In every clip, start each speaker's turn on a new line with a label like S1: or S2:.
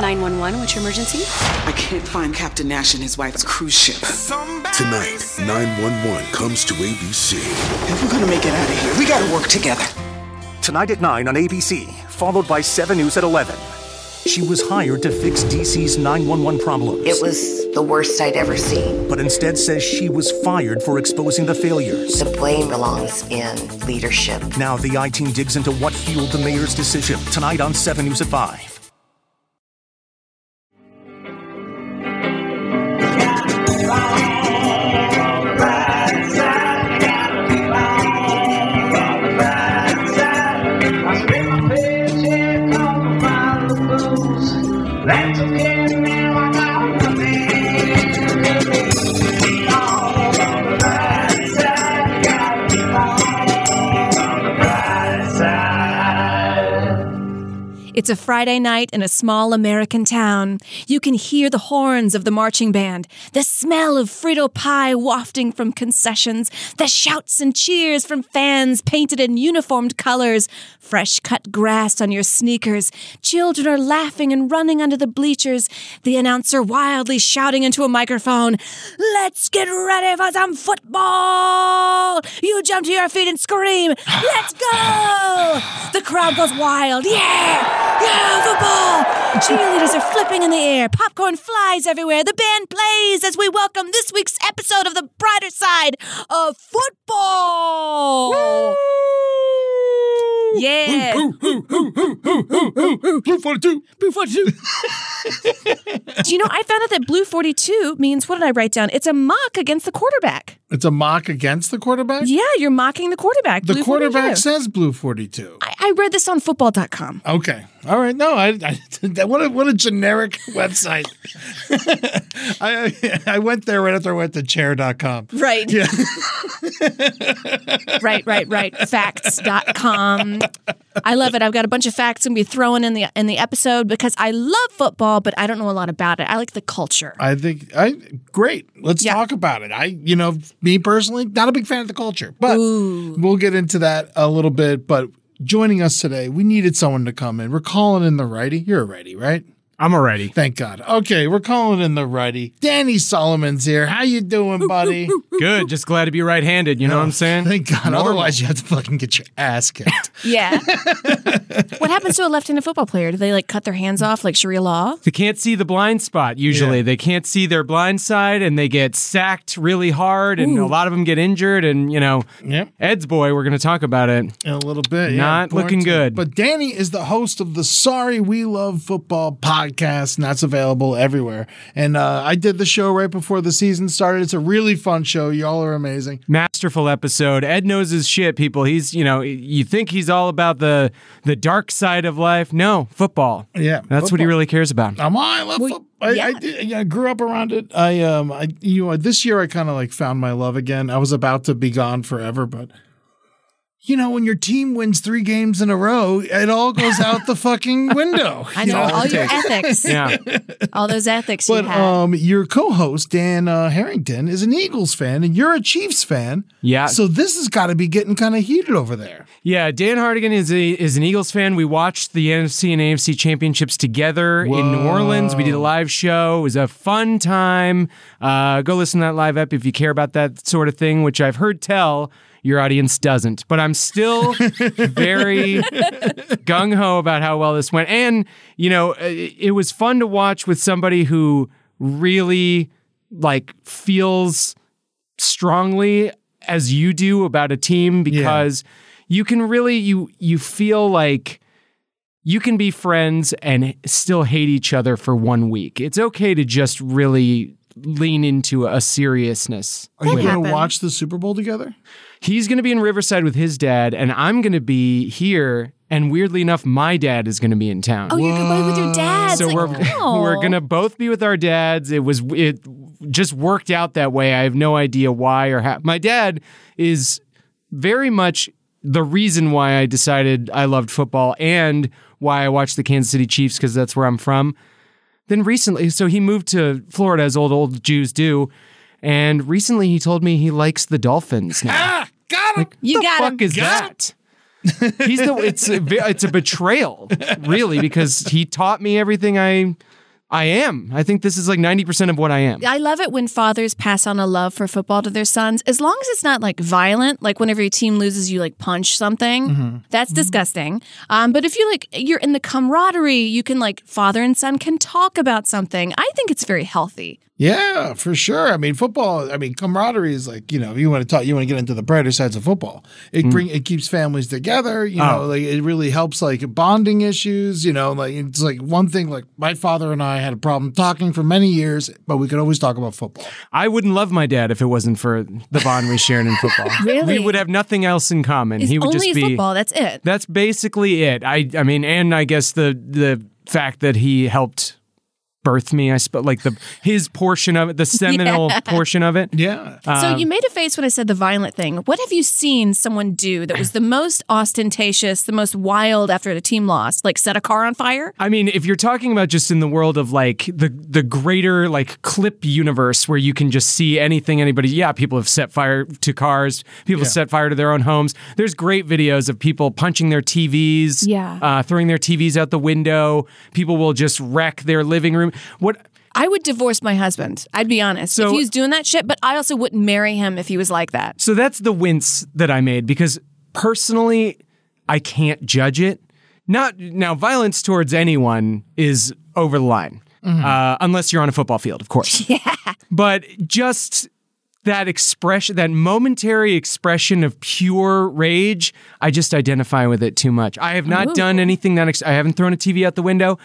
S1: 911, what's your emergency?
S2: I can't find Captain Nash and his wife's cruise ship.
S3: Tonight, 911 comes to ABC.
S2: If we're gonna make it out of here, we gotta work together.
S4: Tonight at 9 on ABC, followed by 7 News at 11. She was hired to fix DC's 911 problems,
S5: It was the worst I'd ever seen.
S4: but instead says she was fired for exposing the failures.
S5: The blame belongs in leadership.
S4: Now the I team digs into what fueled the mayor's decision. Tonight on 7 News at 5.
S6: It's a Friday night in a small American town. You can hear the horns of the marching band, the smell of Frito pie wafting from concessions, the shouts and cheers from fans painted in uniformed colors, fresh cut grass on your sneakers. Children are laughing and running under the bleachers, the announcer wildly shouting into a microphone, Let's get ready for some football! You jump to your feet and scream, Let's go! The crowd goes wild, yeah! Yeah, football! Cheerleaders are flipping in the air, popcorn flies everywhere, the band plays as we welcome this week's episode of The Brighter Side of Football! Yeah!
S7: Blue 42. Blue 42.
S6: Do you know, I found out that blue 42 means what did I write down? It's a mock against the quarterback.
S7: It's a mock against the quarterback?
S6: Yeah, you're mocking the quarterback.
S7: The
S6: blue
S7: quarterback
S6: 42.
S7: says blue 42.
S6: I, I read this on football.com.
S7: Okay. All right. No, I, I that- what a what a generic website. I I went there right after I went to chair.com.
S6: Right.
S7: Yeah.
S6: right, right, right. Facts.com. I love it. I've got a bunch of facts going to be thrown in the in the episode because I love football, but I don't know a lot about it. I like the culture.
S7: I think I great. Let's
S6: Yeah.
S7: talk about it. I you know, me personally, not a big fan of the culture, but we'll get into that a little bit, but joining us today, we needed someone to come in. We're calling in the righty. You're a righty, right?
S8: I'm already.
S7: Thank God. Okay, we're calling in the righty. Danny Solomon's here. How you doing, buddy? Oh,
S8: Good. Just glad to be right handed. You know what I'm saying?
S7: Thank God.
S8: Normal.
S7: Otherwise, you have to fucking get your ass kicked.
S6: Yeah. what happens to a left-handed football player? Do they like cut their hands off like Sharia law?
S8: They can't see the blind spot usually.
S7: Yeah.
S8: They can't see their blind side and they get sacked really hard and a lot of them get injured. And, you know,
S7: yep.
S8: Ed's boy, we're going to talk about it.
S7: In a little bit. yeah.
S8: Not
S7: Born
S8: looking
S7: to-
S8: good.
S7: But Danny is the host of the Sorry We Love Football podcast, and that's available everywhere. And uh, I did the show right before the season started. It's a really fun show. Y'all are amazing.
S8: Masterful episode. Ed knows his shit, people. He's, you know, you think he's all about the the dark side of life. No, football.
S7: Yeah,
S8: That's what he
S7: football.
S8: really cares about.
S7: I'm all, I love football. I,
S6: yeah.
S7: I, did, yeah, I grew up around it. I um I you know this year I kind of like found my love again. I was about to be gone forever, but you know when your team wins three games in a row, it all goes out the fucking window.
S6: I know all your ethics.
S8: Yeah.
S6: All those ethics
S7: But
S6: you had.
S7: um, your co-host Dan uh, Harrington is an Eagles fan, and you're a Chiefs fan.
S8: Yeah.
S7: So this has got to be getting kind of heated over there.
S8: Yeah, Dan Hardigan is a, is an Eagles fan. We watched the NFC and AFC championships together in New Orleans. We did a live show. It was a fun time. Uh, go listen to that live ep if you care about that sort of thing, which I've heard tell your audience doesn't. But I'm still very gung ho about how well this went. And, you know, it, it was fun to watch with somebody who really like feels strongly as you do about a team because you can really you you feel like you can be friends and still hate each other for one week. It's okay to just really lean into a seriousness.
S7: Are you going to
S6: happened.
S7: watch the Super Bowl together?
S8: He's going to be in Riverside with his dad, and I'm going to be here And weirdly enough, my dad is going to be in town.
S9: Oh, you're going with your dad.
S8: so
S9: It's
S8: we're
S9: like, wow.
S8: we're gonna both be with our dads. It was it just worked out that way. I have no idea why or how. My dad is very much the reason why I decided I loved football and why I watched the Kansas City Chiefs because that's where I'm from. Then recently, so he moved to Florida as old old Jews do, and recently he told me he likes the Dolphins now.
S6: Got him.
S9: You
S8: the
S9: got
S8: fuck
S9: him.
S8: is that? He's the it's a, ve- it's a betrayal, really, because he taught me everything I I am. I think this is like ninety percent of what I am.
S9: I love it when fathers pass on a love for football to their sons, as long as it's not like violent, like whenever your team loses, you like punch something.
S8: Mm-hmm.
S9: That's disgusting. Um, but if you like, you're in the camaraderie, you can like, father and son can talk about something. I think it's very healthy.
S6: Yeah, for sure. I mean, football. I mean, camaraderie is like you know, if you want to talk, you want to get into the brighter sides of football. It bring it keeps families together. You know, like it really helps like bonding issues. You know, like it's like one thing. Like my father and I had a problem talking for many years, but we could always talk about football.
S8: I wouldn't love my dad if it wasn't for the bond we shared in football.
S9: Really?
S8: we would have nothing else in common.
S9: It's
S8: he would
S9: only
S8: just be
S9: football. That's it.
S8: That's basically it. I I mean, and I guess the the fact that he helped birth me, I suppose, like the his portion of it, the seminal portion of it.
S6: Yeah,
S8: Um,
S9: So you made a face when I said the violent thing. What have you seen someone do that was the most ostentatious, the most wild after a team lost? Like set a car on fire?
S8: I mean, if you're talking about just in the world of like the the greater like clip universe where you can just see anything anybody, yeah, people have set fire to cars, people have set fire to their own homes. There's great videos of people punching their TVs,
S9: Yeah.
S8: uh, throwing their TVs out the window. People will just wreck their living room. What
S9: I would divorce my husband. I'd be honest. if
S8: So-
S9: he was doing that shit, but I also wouldn't marry him if he was like that.
S8: So that's the wince that I made because personally, I can't judge it. Not now, violence towards anyone is over the line, uh, unless you're on a football field, of course. Yeah. But just that expression, that momentary expression of pure rage, I just identify with it too much. I have not done anything that ex- I haven't thrown a TV out the window.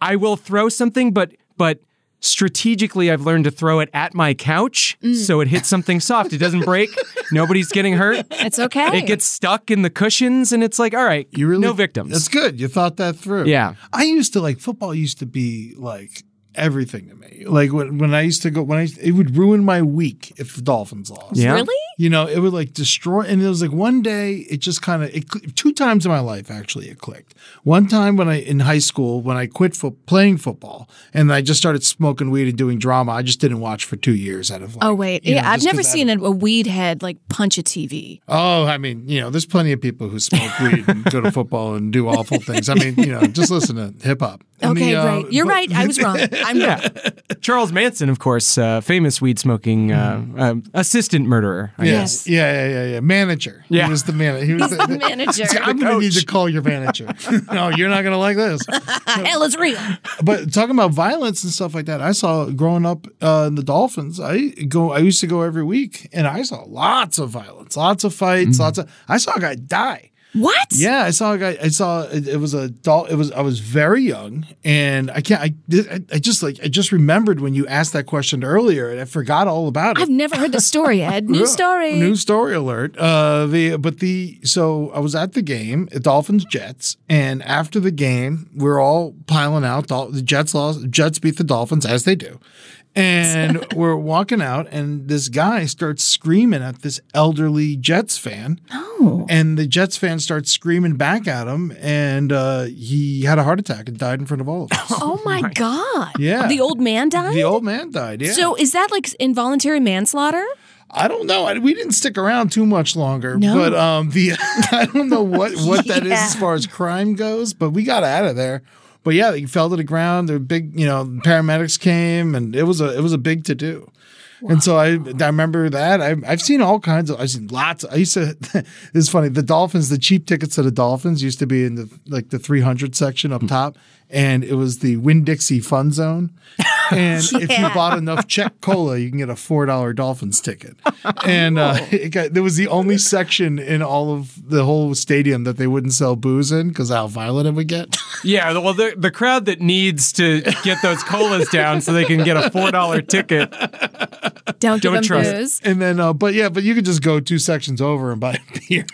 S8: I will throw something, but but strategically, I've learned to throw it at my couch so it hits something soft. It doesn't break. Nobody's getting hurt.
S9: It's okay.
S8: It gets stuck in the cushions, and it's like, all right,
S6: you really
S8: no victims.
S6: That's good. You thought that through.
S8: Yeah.
S6: I used to like football. Used to be like everything to me. Like when when I used to go when I it would ruin my week if the Dolphins lost.
S8: Yeah.
S9: really?
S6: you know it would like destroy and it was like one day it just kind of it cl- two times in my life actually it clicked one time when i in high school when i quit fo- playing football and i just started smoking weed and doing drama i just didn't watch for two years out of like,
S9: Oh wait,
S6: you know,
S9: yeah, I've
S6: just
S9: never
S6: 'cause I-
S9: seen a, a weed head like punch a TV.
S6: oh i mean you know there's plenty of people who smoke weed and go to football and do awful things i mean you know just listen to hip-hop I mean,
S9: Okay,
S6: uh,
S9: right. You're
S6: but-
S9: right. I was wrong. I'm
S8: Yeah. Charles Manson, of course, uh, famous weed smoking uh,
S6: Mm.
S8: um, assistant murderer. I
S9: Yes.
S8: guess.
S6: yeah yeah yeah yeah manager
S8: Yeah.
S6: he was the manager he was the,
S9: the manager.
S6: i'm gonna need to call your manager no you're not gonna like this
S9: Hell is real.
S6: but talking about violence and stuff like that, I saw growing up uh, in the Dolphins. I go, I used to go every week, and I saw lots of violence, lots of fights, lots of. I saw a guy die.
S9: What?
S6: Yeah, I saw a guy. I saw it, it was a doll. It was I was very young, and I can't. I, I I just like I just remembered when you asked that question earlier, and I forgot all about it.
S9: I've never heard the story, Ed. New story.
S6: New story alert. Uh, the but the so I was at the game, Dolphins Jets, and after the game, we're all piling out. Dol- The Jets lost. Jets beat the Dolphins as they do, and we're walking out, and this guy starts screaming at this elderly Jets fan. Oh, and the Jets fan starts screaming back at him, and uh, he had a heart attack and died in front of all of us.
S9: Oh my god.
S6: Yeah.
S9: The old man died.
S6: the old man died. Yeah.
S9: So is that like involuntary manslaughter?
S6: I don't know. I- We didn't stick around too much longer,
S9: No.
S6: but um, the I don't know what what that is
S9: Yeah.
S6: as far as crime goes, but we got out of there. But yeah, they fell to the ground. There were big, you know, paramedics came, and it was a it was a big to do. And so I, I remember that I, I've seen all kinds of I've seen lots. I used to it's funny the Dolphins the cheap tickets to the Dolphins used to be in the like the three hundred section up top, and it was the Win Dixie Fun Zone. And if you bought enough Czech cola, you can get a four dollar Dolphins ticket. And uh, it got, there was the only section in all of the whole stadium that they wouldn't sell booze in because how violent it would get.
S8: Yeah, well, the, the crowd that needs to get those colas down so they can get a $4 ticket
S6: Don't give
S8: Don't
S6: them
S8: trust-
S6: booze.
S4: And then, uh, but yeah, but you could just go two sections over and buy a beer.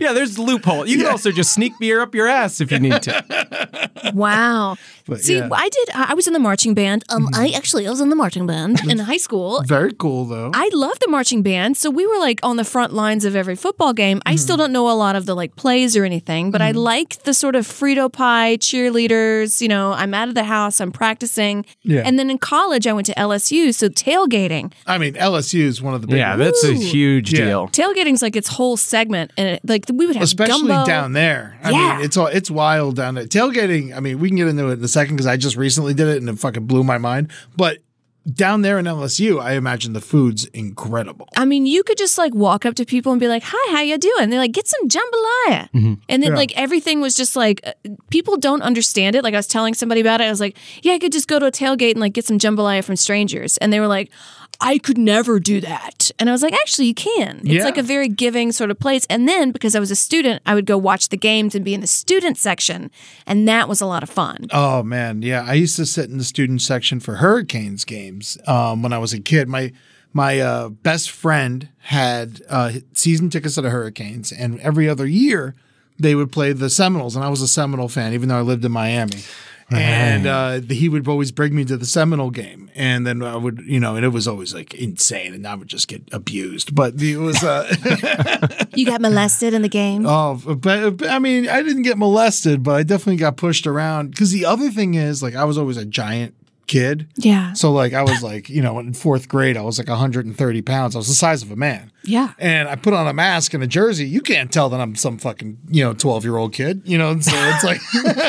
S8: yeah, there's the loophole. You can also just sneak beer up your ass if you need to.
S6: Wow. See,
S4: yeah. Mm-hmm.
S6: I did. I I was in the marching band. Um, I actually I was in the marching band in high school.
S4: Very cool though.
S6: I love the marching band, so we were like on the front lines of every football game. I
S4: Mm-hmm.
S6: still don't know a lot of the like plays or anything, but I like the sort of Frito Pie cheerleaders. You know, I'm out of the house, I'm practicing.
S4: Yeah.
S6: And then in college, I went to LSU, so tailgating.
S4: I mean, LSU is one of the big
S8: Yeah,
S4: ones.
S8: that's a
S6: Ooh.
S8: huge
S4: Yeah.
S8: deal.
S6: Tailgating's like its whole segment, and it, like we would have
S4: especially
S6: gumbo.
S4: down there. I
S6: Yeah.
S4: mean, it's all it's wild down there. Tailgating. I mean, we can get into it in a second because I just recently did it and it fucking blew my mind. But down there in LSU, I imagine the food's incredible.
S6: I mean, you could just like walk up to people and be like, "Hi, how you doing?" They're like, "Get some jambalaya," and then like everything was just like uh, people don't understand it. Like I was telling somebody about it, I was like, "Yeah, I could just go to a tailgate and like get some jambalaya from strangers," and they were like, "I could never do that," and I was like, "Actually, you can." It's
S4: Yeah.
S6: like a very giving sort of place. And then because I was a student, I would go watch the games and be in the student section, and that was a lot of fun.
S4: Oh man, yeah. I used to sit in the student section for Hurricanes games um, when I was a kid. My my uh, best friend had uh, season tickets to the Hurricanes, and every other year they would play the Seminoles, and I was a Seminole fan, even though I lived in Miami. And uh, he would always bring me to the Seminole game, and then I would, you know, and it was always like insane, and I would just get abused. But it was, uh,
S6: You got molested in the game.
S4: Oh, but, but, I mean, I didn't get molested, but I definitely got pushed around. Because the other thing is, like, I was always a giant kid.
S6: Yeah.
S4: So, like, I was like, you know, in fourth grade, I was like 130 pounds. I was the size of a man.
S6: Yeah.
S4: And I put on a mask and a jersey. You can't tell that I'm some fucking, you know, 12 year old kid, you know? And so it's like,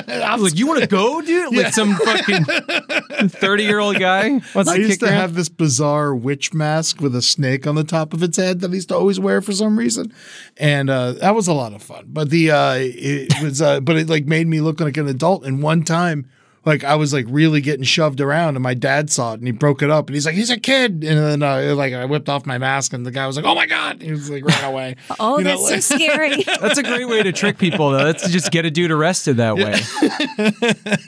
S8: I was like, you want to go, dude? Like some fucking 30 year old guy? What's
S4: I used to have this bizarre witch mask with a snake on the top of its head that I used to always wear for some reason, and uh, that was a lot of fun. But the uh, it was, uh, but it like made me look like an adult. And one time, like I was like really getting shoved around, and my dad saw it, and he broke it up, and he's like, "He's a kid," and then uh, like I whipped off my mask, and the guy was like, "Oh my god!" He was like, ran away.
S6: Oh,
S4: You know,
S6: that's so scary.
S8: That's a great way to trick people, though. That's to just get a dude arrested that way.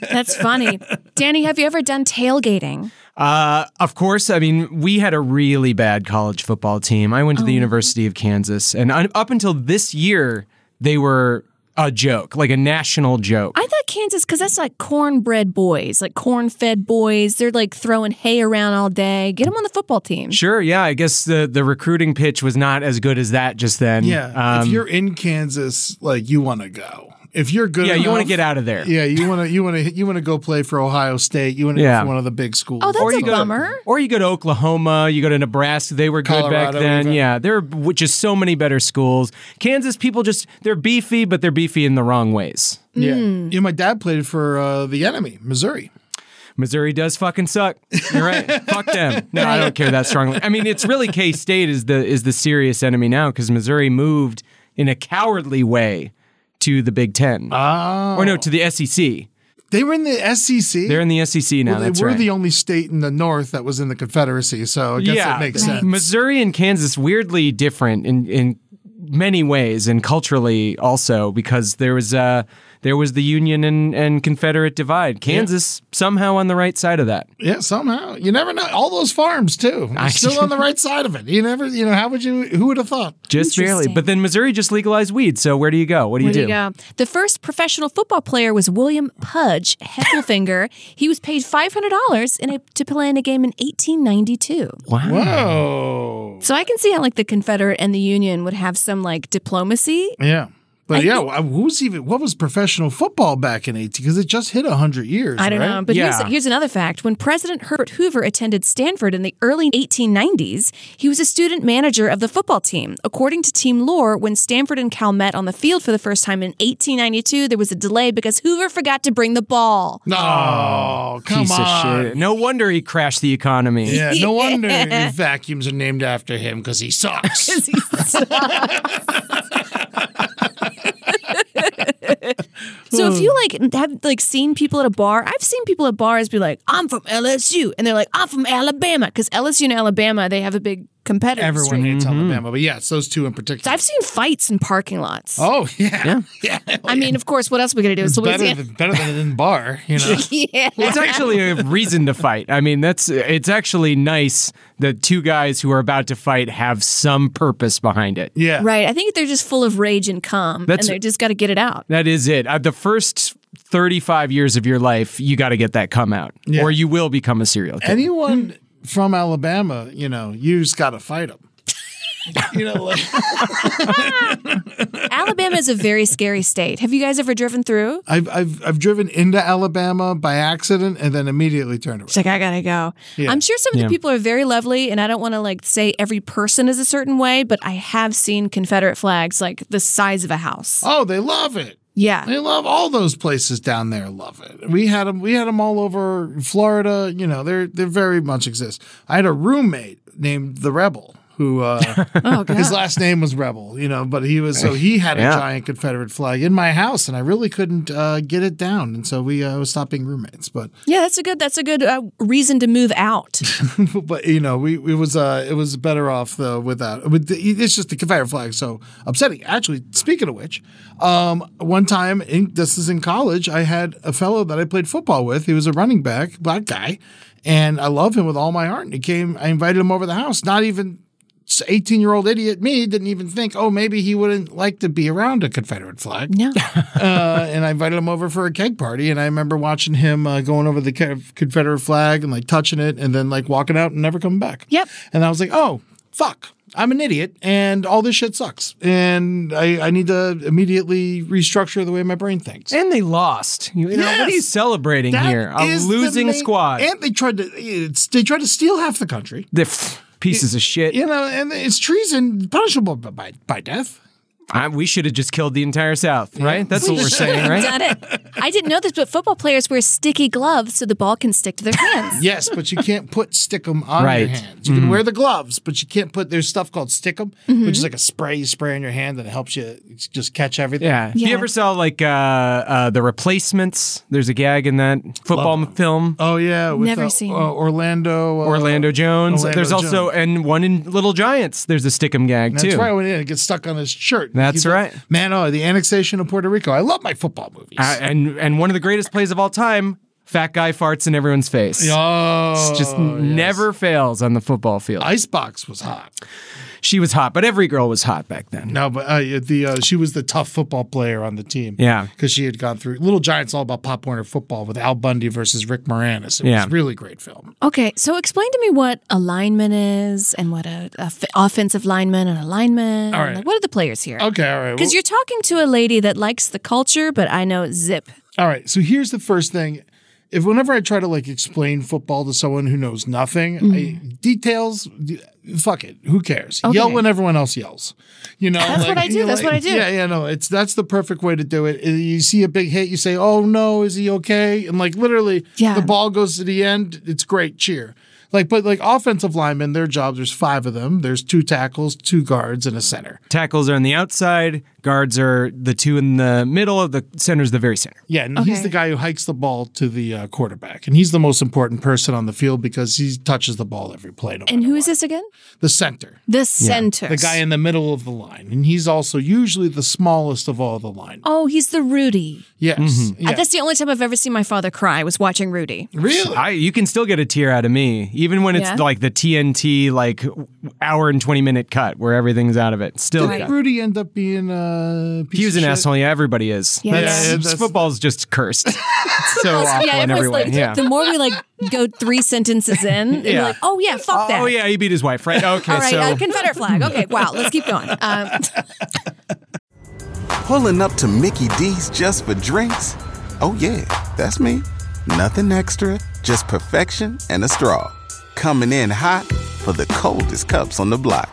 S6: That's funny. Danny, have you ever done tailgating?
S8: Uh, of course, I mean, we had a really bad college football team. I went to the University of Kansas, and un- up until this year, they were a joke, like a national joke.
S6: I thought Kansas, because that's like cornbread boys, like corn fed boys. They're like throwing hay around all day. Get them on the football team.
S8: Sure, yeah. I guess the, the recruiting pitch was not as good as that just then.
S4: yeah,
S8: Um,
S4: if you're in Kansas, like you want to go. If you're good,
S8: yeah, you want to
S4: enough-
S8: get out of there.
S4: Yeah, you want to you want to you want to go play for Ohio State. You want to
S8: Yeah.
S4: go for one of the big schools.
S6: Oh, that's
S8: Or
S6: a
S8: you go,
S6: bummer.
S8: or you go to Oklahoma, you go to Nebraska. They were good back
S4: Colorado
S8: then.
S4: even.
S8: Yeah, there were just so many better schools. Kansas people just they're beefy, but they're beefy in the wrong ways.
S4: Yeah. You know, my dad played for uh, the enemy, Missouri.
S8: Missouri does fucking suck. You're right. Fuck them. No, I don't care that strongly. I mean, it's really K State is the is the serious enemy now because Missouri moved in a cowardly way to the Big Ten.
S4: Oh.
S8: Or no, to the E SEC.
S4: They were in the E SEC.
S8: They're in the SEC now.
S4: well, they
S8: that's
S4: were
S8: right.
S4: the only state in the North that was in the Confederacy, so I guess it makes sense.
S8: Missouri and Kansas weirdly different in in many ways and culturally also because there was uh there was the Union and, and Confederate divide. Kansas somehow on the right side of that.
S4: Yeah, somehow you never know. All those farms too, You're still on the right side of it. You never, you know, how would you? Who would have thought?
S8: Just barely.
S6: Interesting.
S8: But then Missouri just legalized weed, so where do you go? What do you
S6: Where do
S8: do?
S6: you go? The first professional football player was William Pudge Heffelfinger. he was paid five hundred dollars in a, to play in a game in eighteen ninety two.
S8: Wow.
S4: Whoa.
S6: So I can see how like the Confederate and the Union would have some like diplomacy.
S4: Yeah. But
S6: I
S4: yeah,
S6: think-
S4: wh- who was Oh, even what was professional football back in eighteen? Because it just hit hundred years.
S6: I don't
S4: right?
S6: know. But
S8: Yeah.
S6: here's, here's another fact. When President Herbert Hoover attended Stanford in the early 1890s, he was a student manager of the football team. According to team lore, when Stanford and Cal met on the field for the first time in 1892, there was a delay because Hoover forgot to bring the ball.
S4: No, Oh,
S8: Oh,
S4: come
S8: Piece
S4: on.
S8: of shit. No wonder he crashed the economy.
S4: Yeah, no wonder vacuums are named after him because he sucks.
S6: so
S4: Hmm.
S6: if you like have like seen people at a bar, I've seen people at bars be like, "I'm from LSU," and they're like, "I'm from Alabama," because LSU and Alabama they have a big competitor
S4: Everyone
S6: straight.
S4: hates Alabama, but yes, those two in
S6: So
S4: particular.
S6: I've seen fights in parking lots.
S4: oh yeah, yeah.
S6: I mean, of course, what else are we going to do?
S4: it's
S6: So
S4: better than better than in bar, you know.
S6: yeah.
S8: Well, it's actually a reason to fight. I mean, that's it's actually nice that two guys who are about to fight have some purpose behind it.
S4: Yeah,
S6: Right. I think they're just full of rage and calm,
S8: That's-
S6: and they just got to get it out.
S8: That is it. Uh, the first 35 years of your life, you got to get that come out,
S4: Yeah.
S8: or you will become a serial killer.
S4: Anyone from Alabama, you know, you just got to fight them. you know, like,
S6: Alabama is a very scary state. Have you guys ever driven through?
S4: I've I've I've driven into Alabama by accident and then immediately turned around.
S6: It's like I gotta go. I'm sure some of the people are very lovely, and I don't want to like say every person is a certain way, but I have seen Confederate flags like the size of a house.
S4: Oh, they love it.
S6: Yeah,
S4: They love all those places down there. Love it. We had them. We had them all over Florida. You know, they're they very much exist. I had a roommate named the Rebel who uh,
S6: Oh,
S4: his last name was Rebel. You know, but he was so he had a giant Confederate flag in my house, and I really couldn't uh, get it down, and so we uh, stopped being roommates. But
S6: yeah, that's a good that's a good uh, reason to move out.
S4: but you know, we it was uh it was better off though without. With the, it's just the Confederate flag, so upsetting. Actually, speaking of which, um, one time in, this is in college, I had a fellow that I played football with. He was a running back, black guy, and I love him with all my heart. And he came, I invited him over to the house. Not even. 18 year old idiot me didn't even think, oh, maybe he wouldn't like to be around a Confederate flag
S6: Yeah,
S4: uh, and I invited him over for a keg party. And I remember watching him uh, going over the Ke- Confederate flag and like touching it and then like walking out and never coming back.
S6: Yep.
S4: And I was like, oh, fuck. I'm an idiot and all this shit sucks. And I, I need to immediately restructure the way my brain thinks.
S8: And they lost. You, you know, what are you
S4: Yes!
S8: celebrating
S4: That
S8: here? A
S4: is the
S8: losing
S4: main-
S8: squad.
S4: And they tried to it's, they tried to steal half the country.
S8: the f- pieces of shit.
S4: You know, and it's treason punishable by- by by death.
S8: I, we should have just killed the entire South, right? That's what we're saying, right?
S6: done it. I didn't know this, but football players wear sticky gloves so the ball can stick to their hands.
S4: Yes, but you can't put stickum on
S8: Right.
S4: your hands. You can wear the gloves, but you can't put. There's stuff called stickum, which is like a spray you spray on your hand and it helps you just catch everything.
S8: Yeah. If
S6: Yeah.
S8: you ever saw like uh, uh, the replacements, there's a gag in that football film.
S4: Oh yeah. With
S6: Never
S4: uh,
S6: seen.
S4: uh, Orlando. Uh,
S8: Orlando Jones.
S4: Orlando
S8: there's also
S4: Jones.
S8: and one in Little Giants. There's a Stickum gag
S4: That's
S8: too.
S4: right. When it gets stuck on his shirt.
S8: That's
S4: like,
S8: right.
S4: Man, oh, the annexation of Puerto Rico. I love my football movies.
S8: Uh, and and one of the greatest plays of all time. Fat guy farts in everyone's face.
S4: oh,
S8: It's just never fails on the football field.
S4: Icebox was hot.
S8: she was hot, but every girl was hot back then.
S4: No, but uh, the uh, she was the tough football player on the team.
S8: Yeah.
S4: because she had gone through Little Giants, all about Pop Warner football with Al Bundy versus Rick Moranis. It
S8: Yeah.
S4: was a really great film.
S6: Okay, so explain to me what a lineman is and what a, a f- offensive lineman and a lineman.
S4: All right.
S6: Like, what are the players here?
S4: Okay, all right.
S6: Because
S4: well-
S6: you're talking to a lady that likes the culture, but I know zip.
S4: All right. So here's the first thing. If whenever I try to like explain football to someone who knows nothing,
S6: Mm-hmm.
S4: I, details, d- fuck it. Who cares? Yell when everyone else yells. You know,
S6: That's what I do,
S4: you're
S6: that's what I do.
S4: Yeah, yeah, no. It's that's the perfect way to do it. Uh, You see a big hit, you say, "Oh no, is he okay?" And like literally,
S6: Yeah.
S4: the ball goes to the end. It's great cheer. Like, but like offensive linemen, their jobs. There's five of them. There's two tackles, two guards, and a center.
S8: Tackles are on the outside. Guards are the two in the middle. The center's the very center.
S4: Yeah, and he's
S6: Okay.
S4: the guy who hikes the ball to the uh, quarterback, and he's the most important person on the field because he touches the ball every play. no
S6: And
S4: matter
S6: who is
S4: what.
S6: this again?
S4: The center,
S6: The center.
S4: the guy in the middle of the line, and he's also usually the smallest of all the line.
S6: Oh, he's the Rudy.
S4: Yes,
S6: Uh,
S8: Mm-hmm.
S4: yeah.
S6: That's the only time I've ever seen my father cry was watching Rudy.
S4: really.
S8: I, you can still get a tear out of me, even when it's
S6: Yeah.
S8: like the TNT like w- hour and twenty minute cut where everything's out of it. Still,
S4: Did Rudy end up being a piece
S8: he was
S4: of
S8: an
S4: shit?
S8: asshole. Yeah, everybody is.
S6: Yeah,
S8: That's-
S4: yeah, that's-
S8: football's just cursed. It's so awful in every way.
S6: like,
S8: yeah.
S6: the more we like go three sentences in, yeah.
S8: Yeah.
S6: like, oh yeah, fuck that.
S8: Oh yeah, he beat his wife, right? Okay,
S6: All right,
S8: so
S6: uh, Confederate flag. Okay, wow, let's keep going. Um,
S10: Pulling up to Mickey D's just for drinks? Oh, yeah, that's me. Nothing extra, just perfection and a straw. Coming in hot for the coldest cups on the block.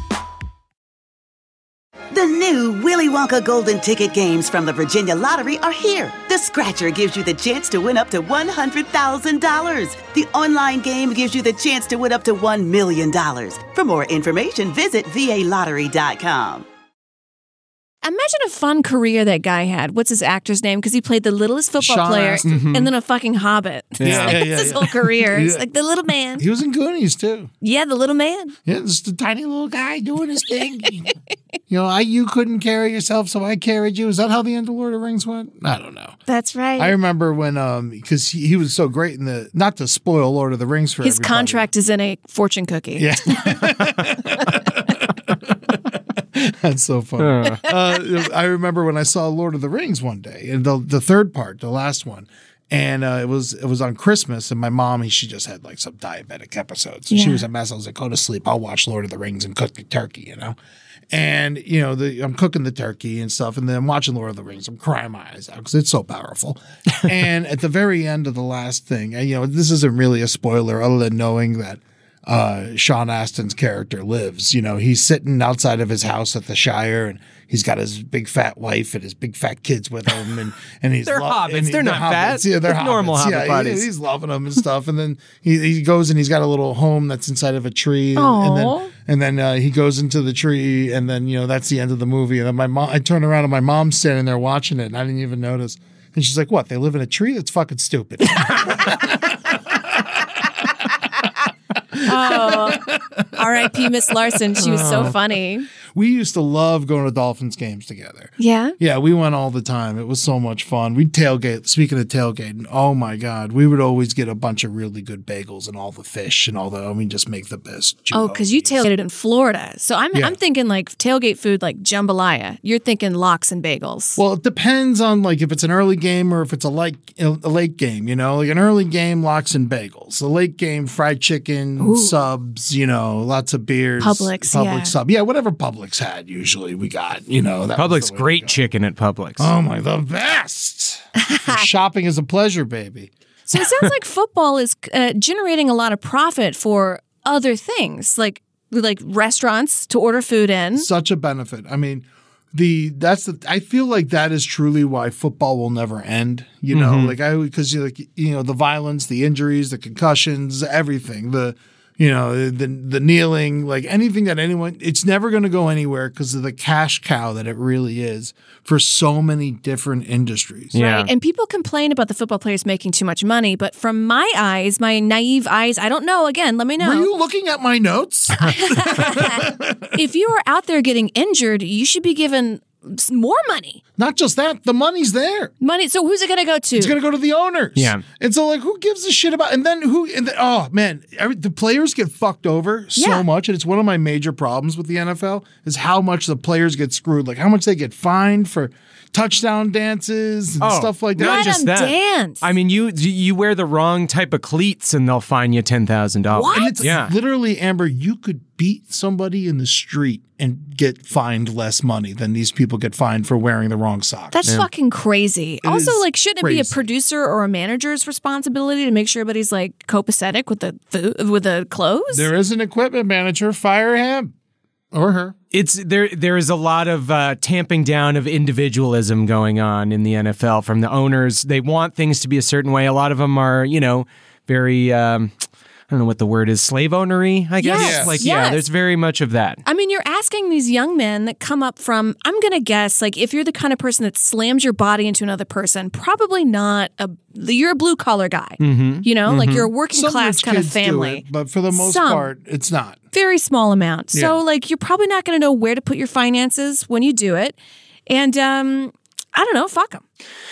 S2: The new Willy Wonka Golden Ticket games from the Virginia Lottery are here. The Scratcher gives you the chance to win up to $100,000. The online game gives you the chance to win up to $1 million. For more information, visit VALottery.com.
S9: Imagine a fun career that guy had. What's his actor's name? Because he played the littlest football
S6: Sean
S9: player
S6: Astin. Mhm.
S9: and then a fucking hobbit.
S6: Yeah,
S9: It's like,
S6: yeah,
S9: that's
S6: yeah,
S9: his
S6: yeah.
S9: whole career. It's
S6: Yeah.
S9: like the little man.
S6: He was in Goonies too.
S9: Yeah, the little man.
S6: Yeah, just a tiny little guy doing his thing. you know, I you couldn't carry yourself, so I carried you. Is that how the end of Lord of the Rings went? I don't know.
S9: That's right.
S6: I remember when um because he, he was so great in the not to spoil Lord of the Rings for
S9: His
S6: everybody.
S9: contract is in a fortune cookie.
S6: Yeah. That's so funny.
S8: Uh.
S6: Uh, I remember when I saw Lord of the Rings one day, and the the third part, the last one, and uh, it was it was on Christmas, and my mom she just had like some diabetic episode, so she
S4: Yeah.
S6: was a mess. I was like, go to sleep. I'll watch Lord of the Rings and cook the turkey, you know. And you know, the, I'm cooking the turkey and stuff, and then I'm watching Lord of the Rings. I'm crying my eyes out because it's so powerful. and at the very end of the last thing, and you know, this isn't really a spoiler other than knowing that uh, Sean Astin's character lives. You know, he's sitting outside of his house at the Shire, and he's got his big fat wife and his big fat kids with him, and and he's
S8: They're hobbits.
S6: and
S8: They're not fat.
S6: Yeah, they're
S8: Normal
S6: hobbits.
S8: hobbit
S6: yeah, he-
S8: bodies.
S6: he's loving them and stuff, and then he, he goes and he's got a little home that's inside of a tree, and, and
S4: Aw.
S6: then and then uh, he goes into the tree, and then you know that's the end of the movie. And then my mom, I turn around and my mom's standing there watching it, and I didn't even notice. And she's like, "What? They live in a tree? That's fucking stupid."
S9: Oh, R.I.P. Miss Larson. She was so
S6: Oh.
S9: funny.
S6: we used to love going to Dolphins games together.
S9: Yeah.
S6: Yeah, we went all the time. It was so much fun. We'd tailgate. Speaking of tailgating, oh my God, we would always get a bunch of really good bagels and all the fish and all the, I mean, just make the best.
S9: Oh, because you tailgated in Florida. So I'm,
S6: Yeah.
S9: I'm thinking like tailgate food like jambalaya. You're thinking lox and bagels.
S6: Well, it depends on like if it's an early game or if it's a like a late game. You know, like an early game, lox and bagels. A late game, fried chicken,
S4: Ooh.
S6: subs. You know, lots of beers.
S4: Publix,
S6: Publix
S4: yeah.
S6: sub. Yeah, whatever Publix had. Usually, we got. You know, that was the
S8: Publix, great chicken at Publix.
S6: Oh my, the best! Shopping is a pleasure, baby.
S9: So it sounds like football is uh, generating a lot of profit for other things, like like restaurants to order food in.
S6: Such a benefit. I mean, the that's the I feel like that is truly why football will never end. You know,
S4: Mhm.
S6: like I because you like you know the violence, the injuries, the concussions, everything. The you know the the kneeling, like anything that anyone, it's never going to go anywhere because of the cash cow that it really is for so many different industries.
S9: Right. And people complain about the football players making too much money, but from my eyes, my naive eyes, I don't know. Again, let me know.
S6: Were you looking at my notes?
S9: if you are out there getting injured, you should be given s- more money.
S6: Not just that, the money's there.
S9: Money. So who's it going to go to?
S6: It's going to go to the owners.
S8: Yeah.
S6: And so, like, who gives a shit about? And then who? And then, oh man, every, the players get fucked over so
S4: Yeah.
S6: much, and it's one of my major problems with the NFL is how much the players get screwed. Like how much they get fined for touchdown dances and
S8: Oh,
S6: stuff like that.
S8: Not just that. I mean, you you wear the wrong type of cleats and they'll fine you ten thousand dollars.
S6: And it's
S8: Yeah.
S6: literally, Amber, you could beat somebody in the street and get fined less money than these people get fined for wearing the wrong socks.
S9: That's fucking crazy.
S6: It
S9: also,
S6: is
S9: like, shouldn't it be
S6: crazy.
S9: a producer or a manager's responsibility to make sure everybody's like copacetic with the food, with the clothes?
S6: There is an equipment manager. Fire him or her.
S8: It's there. There is a lot of uh, tamping down of individualism going on in the NFL from the owners. They want things to be a certain way. A lot of them are, you know, very. Um, I don't know what the word is. Slave ownery, I guess.
S9: Yes.
S8: Like, yeah,
S9: Yes.
S8: there's very much of that.
S9: I mean, you're asking these young men that come up from, I'm going to guess, like, if you're the kind of person that slams your body into another person, probably not a, you're a blue collar guy.
S6: Mhm.
S9: You know, like
S6: Mhm.
S9: you're a working
S6: Some
S9: class
S6: rich
S9: kind of
S6: kids do
S9: family.
S6: it, but for the most
S9: Some.
S6: part, it's not.
S9: Very small amount. So,
S6: Yeah.
S9: like, you're probably not going to know where to put your finances when you do it. And, um, I don't know, fuck them.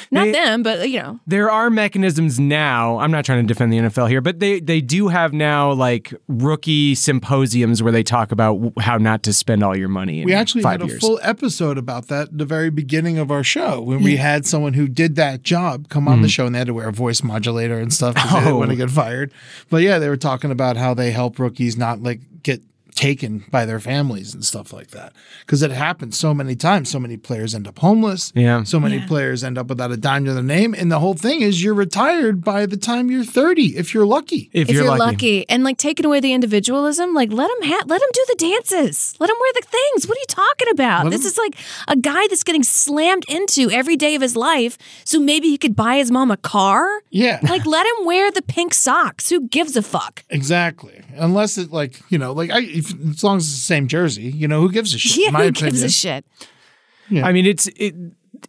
S9: Not
S8: They-
S9: them, but, you know.
S8: There are mechanisms now. I'm not trying to defend the NFL here, but they they do have now like rookie symposiums where they talk about w- how not to spend all your money. In
S6: We actually
S8: five
S6: had a
S8: years.
S6: full episode about that at the very beginning of our show when we had someone who did that job come on the
S8: Mhm.
S6: show and they had to wear a voice modulator and stuff because they didn't
S8: Oh.
S6: want to get fired. But yeah, they were talking about how they help rookies not like get taken by their families and stuff like that. Because it happens so many times. So many players end up homeless.
S8: Yeah.
S6: So many
S8: Yeah.
S6: players end up without a dime to their name. And the whole thing is you're retired by the time you're 30, if you're lucky.
S9: If, you're, lucky. and like taking away the individualism, like let him ha- let him do the dances, let him wear the things. What are you talking about?
S6: Let
S9: this
S6: him-
S9: is like a guy that's getting slammed into every day of his life, so maybe he could buy his mom a car.
S6: Yeah.
S9: like let him wear the pink socks. Who gives a fuck?
S6: Exactly. Unless it like, you know, like I if, as long as it's the same jersey, you know, who gives a shit? in my opinion.
S8: I mean, it's it.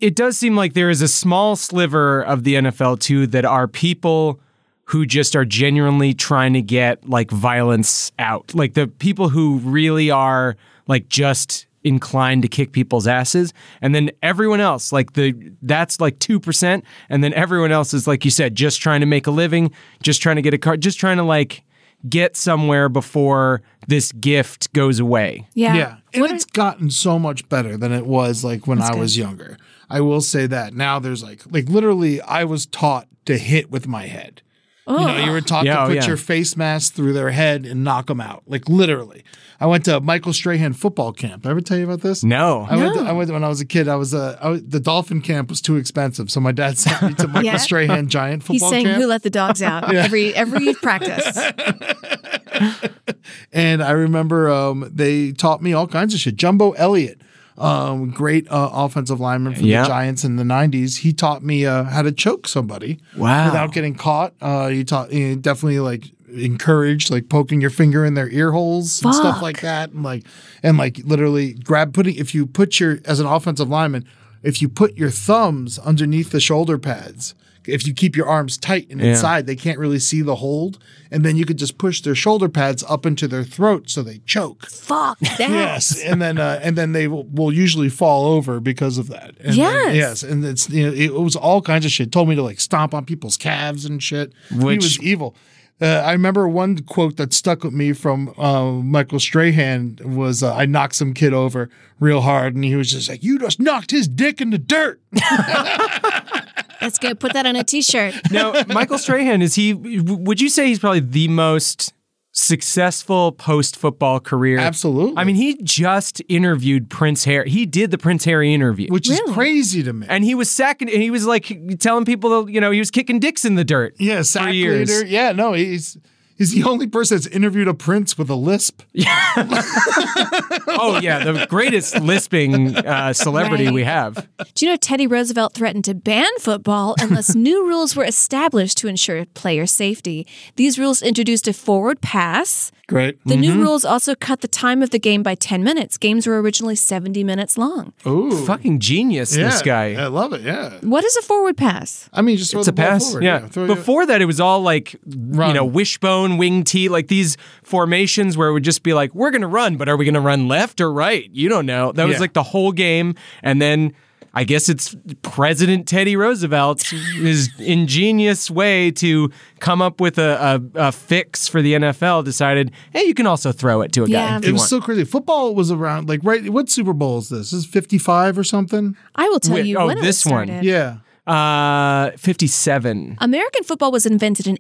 S8: It does seem like there is a small sliver of the NFL too that are people who just are genuinely trying to get like violence out, like the people who really are like just inclined to kick people's asses, and then everyone else, like the that's like two percent, and then everyone else is like you said, just trying to make a living, just trying to get a car, just trying to like get somewhere before this gift goes away.
S6: Yeah. And it's gotten so much better than it was like when
S8: That's
S6: I
S8: good.
S6: was younger. I will say that. Now there's like like literally I was taught to hit with my head. You know,
S8: Ugh.
S6: you were taught
S8: Yeah,
S6: to
S8: oh,
S6: put
S8: yeah.
S6: your face mask through their head and knock them out. Like literally. I went to Michael Strahan football camp. Did I ever tell you about this?
S8: No.
S6: I went, to, I went when I was a kid. I was, uh, I was- the dolphin camp was too expensive, so my dad sent me to Michael
S9: Yeah.
S6: Strahan giant
S9: He's
S6: football
S9: saying
S6: camp.
S9: who let the dogs out
S6: Yeah.
S9: every every practice.
S6: And I remember um, they taught me all kinds of shit. Jumbo Elliott, um, great uh, offensive lineman for
S8: Yeah.
S6: the Giants in the '90s, he taught me uh, how to choke somebody
S8: Wow.
S6: without getting caught. Uh, he taught he definitely like encouraged like poking your finger in their ear holes and stuff
S8: Fuck.
S6: like that, and like and like literally grab putting if you put your as an offensive lineman if you put your thumbs underneath the shoulder pads. If you keep your arms tight and
S8: Yeah.
S6: inside, they can't really see the hold, and then you could just push their shoulder pads up into their throat so they choke.
S9: Fuck that.
S6: Yes, and then uh, and then they will, will usually fall over because of that. And then-
S9: Yes.
S6: yes, and it's you know, it was all kinds of shit. Told me to like stomp on people's calves and shit. he
S8: Which-
S6: was evil. Uh, I remember one quote that stuck with me from uh, Michael Strahan was uh, I knocked some kid over real hard, and he was just like, "You just knocked his dick in the dirt."
S9: That's good. Put that on a t-shirt.
S8: now, Michael Strahan is he? Would you say he's probably the most successful post football career?
S6: Absolutely.
S8: I mean, he just interviewed Prince Harry. He did the Prince Harry interview,
S6: which is crazy to me.
S8: And he was sacking. and He was like telling people, you know, he was kicking dicks in the dirt.
S6: Yeah, sack
S8: for years.
S6: leader. Yeah, no, he's he's the only person that's interviewed a prince with a lisp.
S8: Oh yeah, the greatest lisping uh, celebrity
S9: Right.
S8: we have.
S9: Do you know Teddy Roosevelt threatened to ban football unless new rules were established to ensure player safety? These rules introduced a forward pass.
S6: Great. Mm-hmm.
S9: The new rules also cut the time of the game by 10 minutes. Games were originally 70 minutes long.
S6: Ooh.
S8: Fucking genius, this guy.
S6: I love it. Yeah.
S9: What is a forward pass?
S6: I mean, just throw
S8: it's
S6: the
S8: a
S6: ball
S8: pass.
S6: forward.
S8: yeah.
S6: throw your-
S8: Before that, it was all like you know wishbone, wing tee, like these formations where it would just be like, we're gonna run, but are we gonna run left or right? You don't know. That was
S6: Yeah.
S8: like the whole game, and then. I guess it's President Teddy Roosevelt's his ingenious way to come up with a, a, a fix for the NFL. Decided, hey, you can also throw it to a guy.
S9: Yeah.
S8: if
S6: it
S8: you
S6: was
S8: want.
S6: so crazy. Football was around like right. What Super Bowl is this? This is fifty five or something?
S9: I will tell
S8: Wait,
S9: you
S8: oh,
S9: when it was
S8: this one.
S9: started.
S6: Yeah.
S8: uh, fifty-seven.
S9: American football was invented in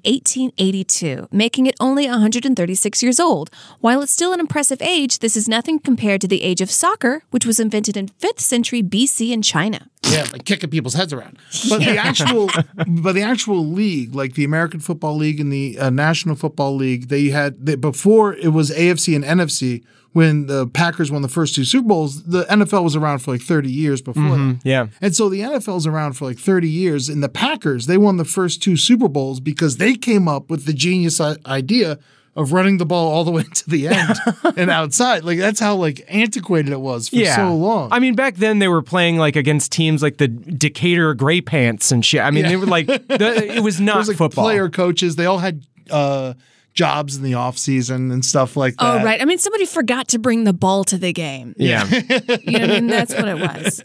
S9: 1882, making it only 136 years old. While it's still an impressive age, this is nothing compared to the age of soccer, which was invented in 5th century BC in China.
S6: Yeah, like kicking people's heads around. But the actual, but the actual league, like the American Football League and the uh, National Football League, they had they, before it was AFC and NFC. When the Packers won the first two Super Bowls, the NFL was around for like thirty years before that.
S8: Yeah.
S6: And so the NFL's around for like 30 years, and the Packers, they won the first two Super Bowls because they came up with the genius i- idea of running the ball all the way to the end and outside. Like that's how like antiquated it was for so long.
S8: I mean, back then they were playing like against teams like the Decatur Gray Pants and shit. I mean, they were like, the, it was not
S6: There was like
S8: football.
S6: player coaches, they all had uh jobs in the off season and stuff like
S9: Oh,
S6: that.
S9: right. I mean, somebody forgot to bring the ball to the game.
S8: Yeah.
S9: You know what I mean? That's what it was.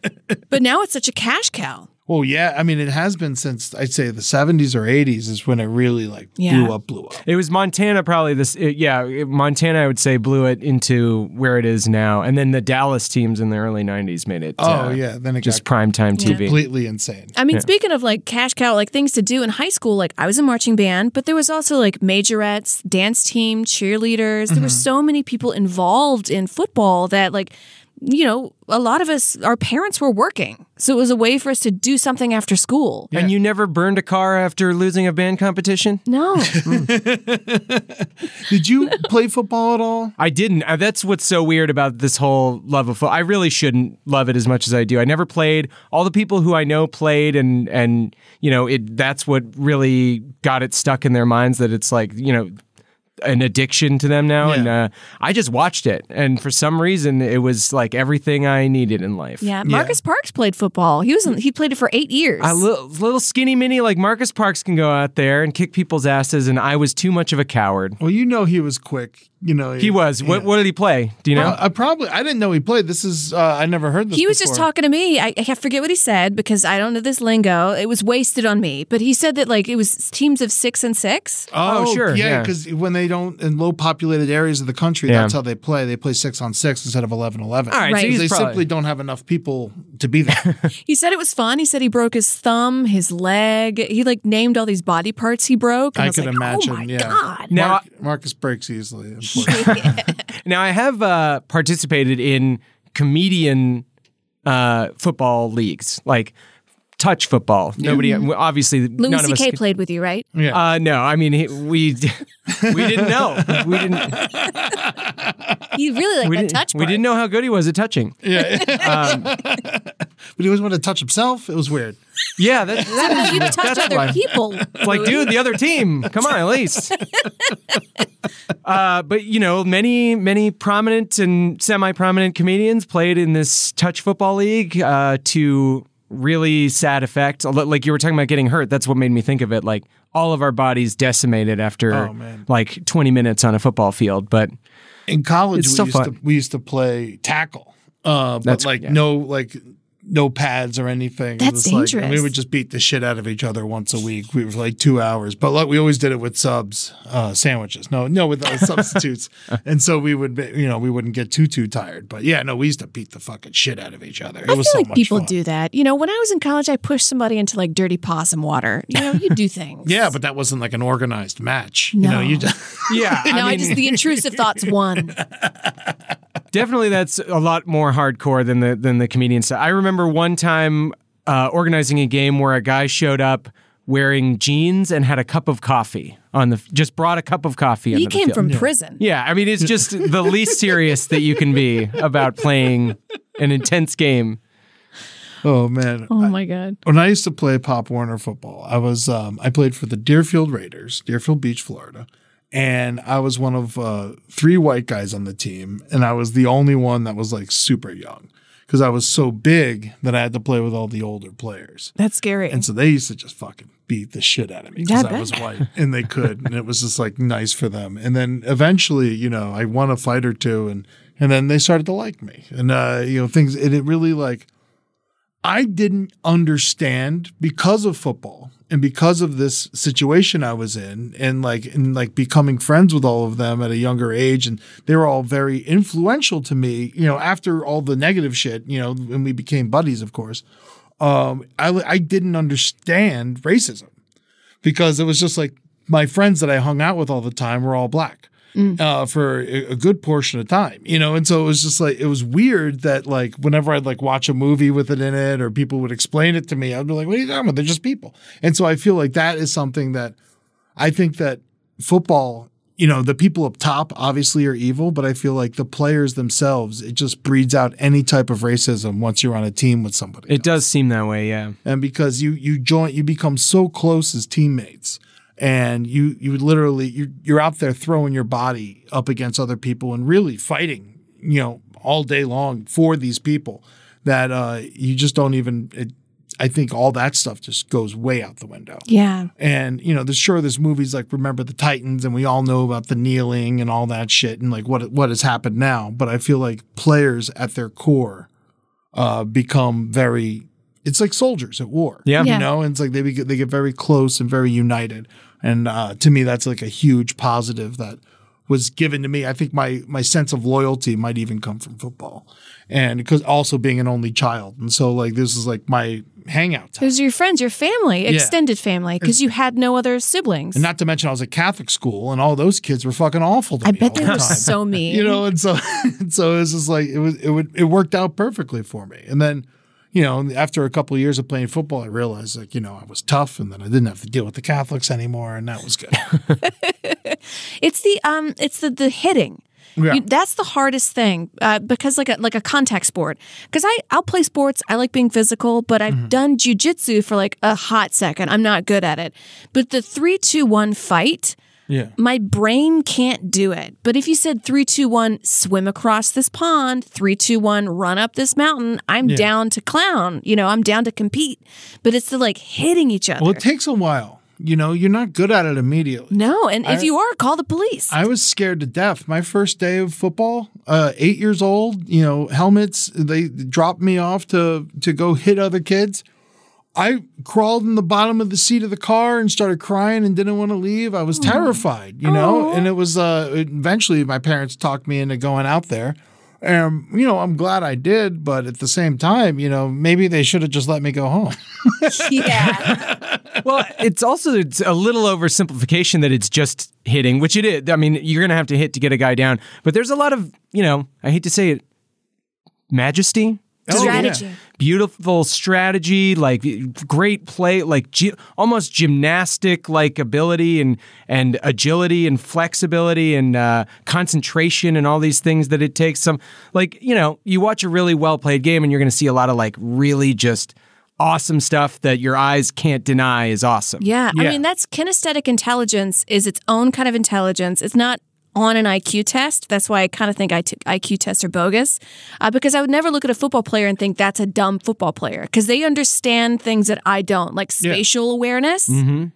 S9: But now it's such a cash cow.
S6: Well, yeah. I mean, it has been since I'd say the 70s or 80s is when it really like blew up, blew up.
S8: It was Montana, probably this. It, yeah, it- Montana, I would say, blew it into where it is now, and then the Dallas teams in the early '90s made it. uh,
S6: Oh, yeah, then it
S8: just
S6: got
S8: primetime TV.
S6: Completely insane.
S9: I mean,
S8: Yeah.
S9: speaking of like cash cow, like things to do in high school, like I was in marching band, but there was also like majorettes, dance team, cheerleaders. There were
S4: Mhm.
S9: so many people involved in football that like, you know, a lot of us, our parents were working. So it was a way for us to do something after school.
S8: And you never burned a car after losing a band competition?
S9: No.
S6: Did you play football at all?
S8: I didn't. Uh, That's what's so weird about this whole love of football. I really shouldn't love it as much as I do. I never played. All the people who I know played, and and you know, it. That's what really got it stuck in their minds that it's like you know, an addiction to them now. And uh, I just watched it, and for some reason, it was like everything I needed in life.
S9: Yeah. Marcus Parks played football. He was in, he played it for eight years.
S8: A little, little skinny mini like Marcus Parks can go out there and kick people's asses, and I was too much of a coward.
S6: Well, you know he was quick. You know
S8: He was. What, what did he play? Do you know?
S6: I probably I didn't know he played. This is uh, I never heard this.
S9: He was just
S6: before.
S9: talking to me. I, I forget what he said because I don't know this lingo. It was wasted on me. But he said that like it was teams of six and six.
S6: Oh, yeah. Because when they don't in low populated areas of the country,
S8: Yeah.
S6: that's how they play. They play six on six instead of 11-11.
S9: All right, so Right. he's
S6: they
S9: probably-
S6: simply don't have enough people to be there.
S9: He said it was fun. He said he broke his thumb, his leg. He like named all these body parts he broke. And I,
S6: I
S9: was
S6: could
S9: like,
S6: imagine.
S9: Oh my
S6: yeah.
S9: god!
S8: Now-
S6: Mark- Marcus breaks easily. unfortunately.
S8: Now I have uh, participated in comedian uh, football leagues, like touch football. Nobody, obviously,
S9: Louis
S8: none of us.
S9: C.K.
S8: could-
S9: played with you, right?
S8: Uh, no, I mean he, we we didn't know. We didn't.
S9: He really liked
S8: we,
S9: that
S8: didn't
S9: touch.
S8: we didn't know how good he was at touching.
S6: Yeah.
S8: Um,
S6: but he always wanted to touch himself. It was weird.
S8: yeah, that, that
S9: you
S8: is,
S9: touch
S8: that's
S9: other
S8: why.
S9: people.
S8: It's like, dude, the other team. Come on, at least. uh, but you know, many many prominent and semi-prominent comedians played in this touch football league uh, to really sad effect. Although, Like you were talking about getting hurt. That's what made me think of it. Like all of our bodies decimated after like 20 minutes on a football field. But
S6: in college,
S8: it's
S6: we
S8: still
S6: used
S8: fun.
S6: to we used to play tackle, uh, but
S8: That's-
S6: like
S8: yeah.
S6: no like no pads or anything. It
S9: That's
S6: was like- and we
S9: dangerous.
S6: would just beat the shit out of each other once a week. We were like two hours, but like we always did it with subs, uh, sandwiches. No, no, with uh, substitutes, and so we would be, you know we wouldn't get too too tired. But yeah, no, we used to beat the fucking shit out of each other. It
S9: I
S6: was
S9: feel
S6: so
S9: like
S6: much
S9: people
S6: fun.
S9: do that. You know, when I was in college, I pushed somebody into like dirty possum water. You know, you do things.
S6: Yeah, but that wasn't like an organized match. You know, you just
S8: yeah,
S9: no, I just the intrusive thoughts won.
S8: Definitely, that's a lot more hardcore than the than the comedian stuff. I remember one time uh, organizing a game where a guy showed up wearing jeans and had a cup of coffee on the just brought a cup of coffee.
S9: He
S8: onto the
S9: came
S8: field.
S9: from prison.
S8: Yeah, I mean, it's just the least serious that you can be about playing an intense game.
S6: oh man.
S9: Oh my god.
S6: When I used to play Pop Warner football, I was um, I played for the Deerfield Raiders, Deerfield Beach, Florida, and I was one of uh, three white guys on the team, and I was the only one that was like super young because I was so big that I had to play with all the older players.
S9: That's scary.
S6: And so they used to just fucking beat the shit out of me because
S9: Yeah, I
S6: I was
S9: bet.
S6: white and they could. And it was just like nice for them. And then eventually, you know, I won a fight or two and, and then they started to like me and, uh, you know, things. And it really like, I didn't understand because of football and because of this situation I was in and like, and like becoming friends with all of them at a younger age. And they were all very influential to me, you know, after all the negative shit, you know, when we became buddies, of course um, I, I didn't understand racism because it was just like my friends that I hung out with all the time were all black uh, for a, a good portion of time, you know? And so it was just like, it was weird that like whenever I'd like watch a movie with it in it or people would explain it to me, I'd be like, what are you talking about? They're just people. And so I feel like that is something that I think that football, you know, the people up top obviously are evil, but I feel like the players themselves, it just breeds out any type of racism once you're on a team with somebody
S8: It does seem that way, yeah.
S6: Mm-hmm. and because you you join you become so close as teammates and you you literally you you're out there throwing your body up against other people and really fighting you know all day long for these people that uh you just don't even it, I think all that stuff just goes way out the window.
S9: Yeah.
S6: And you know, there's sure there's movies like Remember the Titans, and we all know about the kneeling and all that shit, and like what what has happened now. But I feel like players at their core uh, become very it's like soldiers at war.
S8: Yeah. Yeah.
S6: You know, and it's like they be, they get very close and very united. And uh, to me, that's like a huge positive that was given to me. I think my my sense of loyalty might even come from football, and because also being an only child, and so like this is like my hangout time.
S9: Those are your friends, your family,
S6: Yeah.
S9: extended family, because you had no other siblings.
S6: And not to mention, I was at Catholic school, and all those kids were fucking awful. To
S9: I
S6: me
S9: bet
S6: all
S9: they
S6: the
S9: were
S6: time.
S9: so mean.
S6: you know. And so, and so it was just like it was. It would. It worked out perfectly for me. And then, you know, after a couple of years of playing football, I realized like you know I was tough, and then I didn't have to deal with the Catholics anymore, and that was good.
S9: It's the um, it's the the hitting.
S6: Yeah.
S9: You- that's the hardest thing uh, because like a like a contact sport. Because I I'll play sports. I like being physical, but I've
S6: Mm-hmm.
S9: done jujitsu for like a hot second. I'm not good at it. But the three two one fight.
S6: Yeah.
S9: My brain can't do it. But if you said three, two, one, swim across this pond, three, two, one, run up this mountain, I'm
S6: Yeah.
S9: down to clown. You know, I'm down to compete. But it's the like hitting each other.
S6: Well, it takes a while. You know, you're not good at it immediately.
S9: no, and if
S6: I-
S9: you are, call the police.
S6: I was scared to death. My first day of football, uh, eight years old, you know, helmets, they dropped me off to to go hit other kids. I crawled in the bottom of the seat of the car and started crying and didn't want to leave. I was terrified, you know, and it was uh, eventually my parents talked me into going out there. And, you know, I'm glad I did, but at the same time, you know, maybe they should have just let me go home.
S8: well, it's also it's a little oversimplification that it's just hitting, which it is. I mean, you're going to have to hit to get a guy down, but there's a lot of, you know, I hate to say it, majesty.
S6: Oh, yeah.
S9: Strategy.
S8: Beautiful strategy, like great play, like gy- almost gymnastic like ability and and agility and flexibility and uh, concentration and all these things that it takes. Some like you know you watch a really well played game and you're going to see a lot of like really just awesome stuff that your eyes can't deny is awesome.
S9: Yeah, I mean that's kinesthetic intelligence is its own kind of intelligence. It's not on an IQ test. That's why I kind of think I took IQ tests are bogus, uh, because I would never look at a football player and think that's a dumb football player because they understand things that I don't, like
S6: Yeah.
S9: spatial awareness,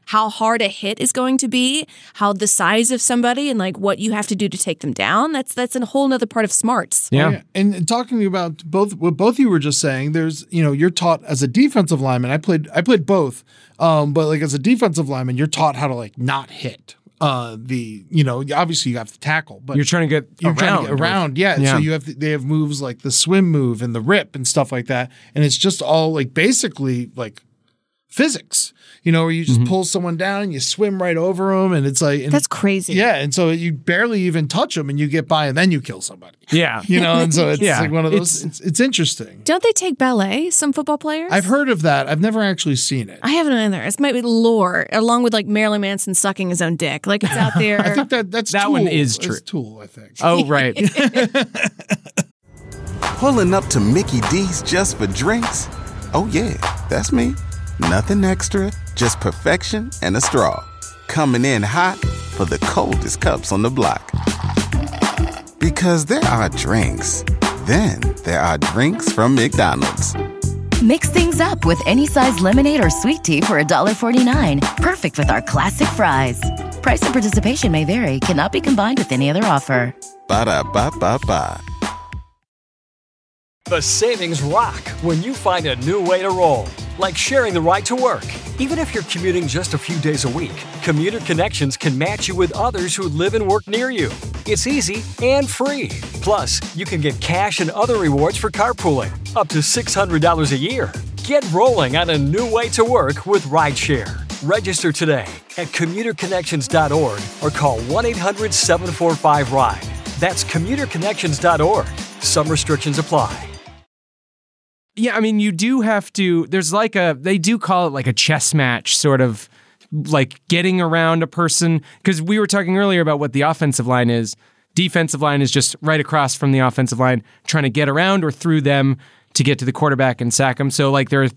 S9: how hard a hit is going to be, how the size of somebody, and like what you have to do to take them down. That's that's a whole nother part of smarts.
S8: Yeah.
S6: Oh, And, and talking to you about both what both you were just saying, there's you know, you're taught as a defensive lineman. I played I played both. Um, but like as a defensive lineman, you're taught how to like not hit. Uh, the you know obviously you have to tackle, but
S8: You're trying to get
S6: you're
S8: around,
S6: trying to get around, yeah. and
S8: Yeah.
S6: So you have they have moves like the swim move and the rip and stuff like that, and it's just all like basically like physics, you know, where you
S8: Mm-hmm.
S6: just pull someone down and you swim right over them, and it's like and,
S9: That's crazy.
S6: yeah, and so you barely even touch them, and you get by, and then you kill somebody
S8: yeah.
S6: you know, and so it's
S8: Yeah.
S6: like one of
S8: It's-
S6: those. It's, it's interesting.
S9: Don't they take ballet? Some football players.
S6: I've heard of that. I've never actually seen it.
S9: I haven't either. It's might be lore, along with like Marilyn Manson sucking his own dick. Like it's out there.
S6: I think that that's
S8: That one
S6: Tool.
S8: is
S6: That's
S8: true.
S6: Tool, I think.
S8: Oh right.
S10: Pulling up to Mickey D's just for drinks? Oh, yeah, that's me. Nothing extra, just perfection and a straw. Coming in hot for the coldest cups on the block. Because there are drinks, then there are drinks from McDonald's.
S11: Mix things up with any size lemonade or sweet tea for $1.49. Perfect with our classic fries. Price and participation may vary, cannot be combined with any other offer.
S10: Ba da ba ba ba.
S4: The savings rock when you find a new way to roll, like sharing the ride to work. Even if you're commuting just a few days a week, Commuter Connections can match you with others who live and work near you. It's easy and free. Plus, you can get cash and other rewards for carpooling, up to $600 a year. Get rolling on a new way to work with Rideshare. Register today at commuterconnections.org or call 1 800 745 RIDE. That's commuterconnections.org. Some restrictions apply.
S8: Yeah, I mean, you do have to. There's like a they do call it like a chess match, sort of like getting around a person. Because we were talking earlier about what the offensive line is. Defensive line is just right across from the offensive line, trying to get around or through them to get to the quarterback and sack him. So like there,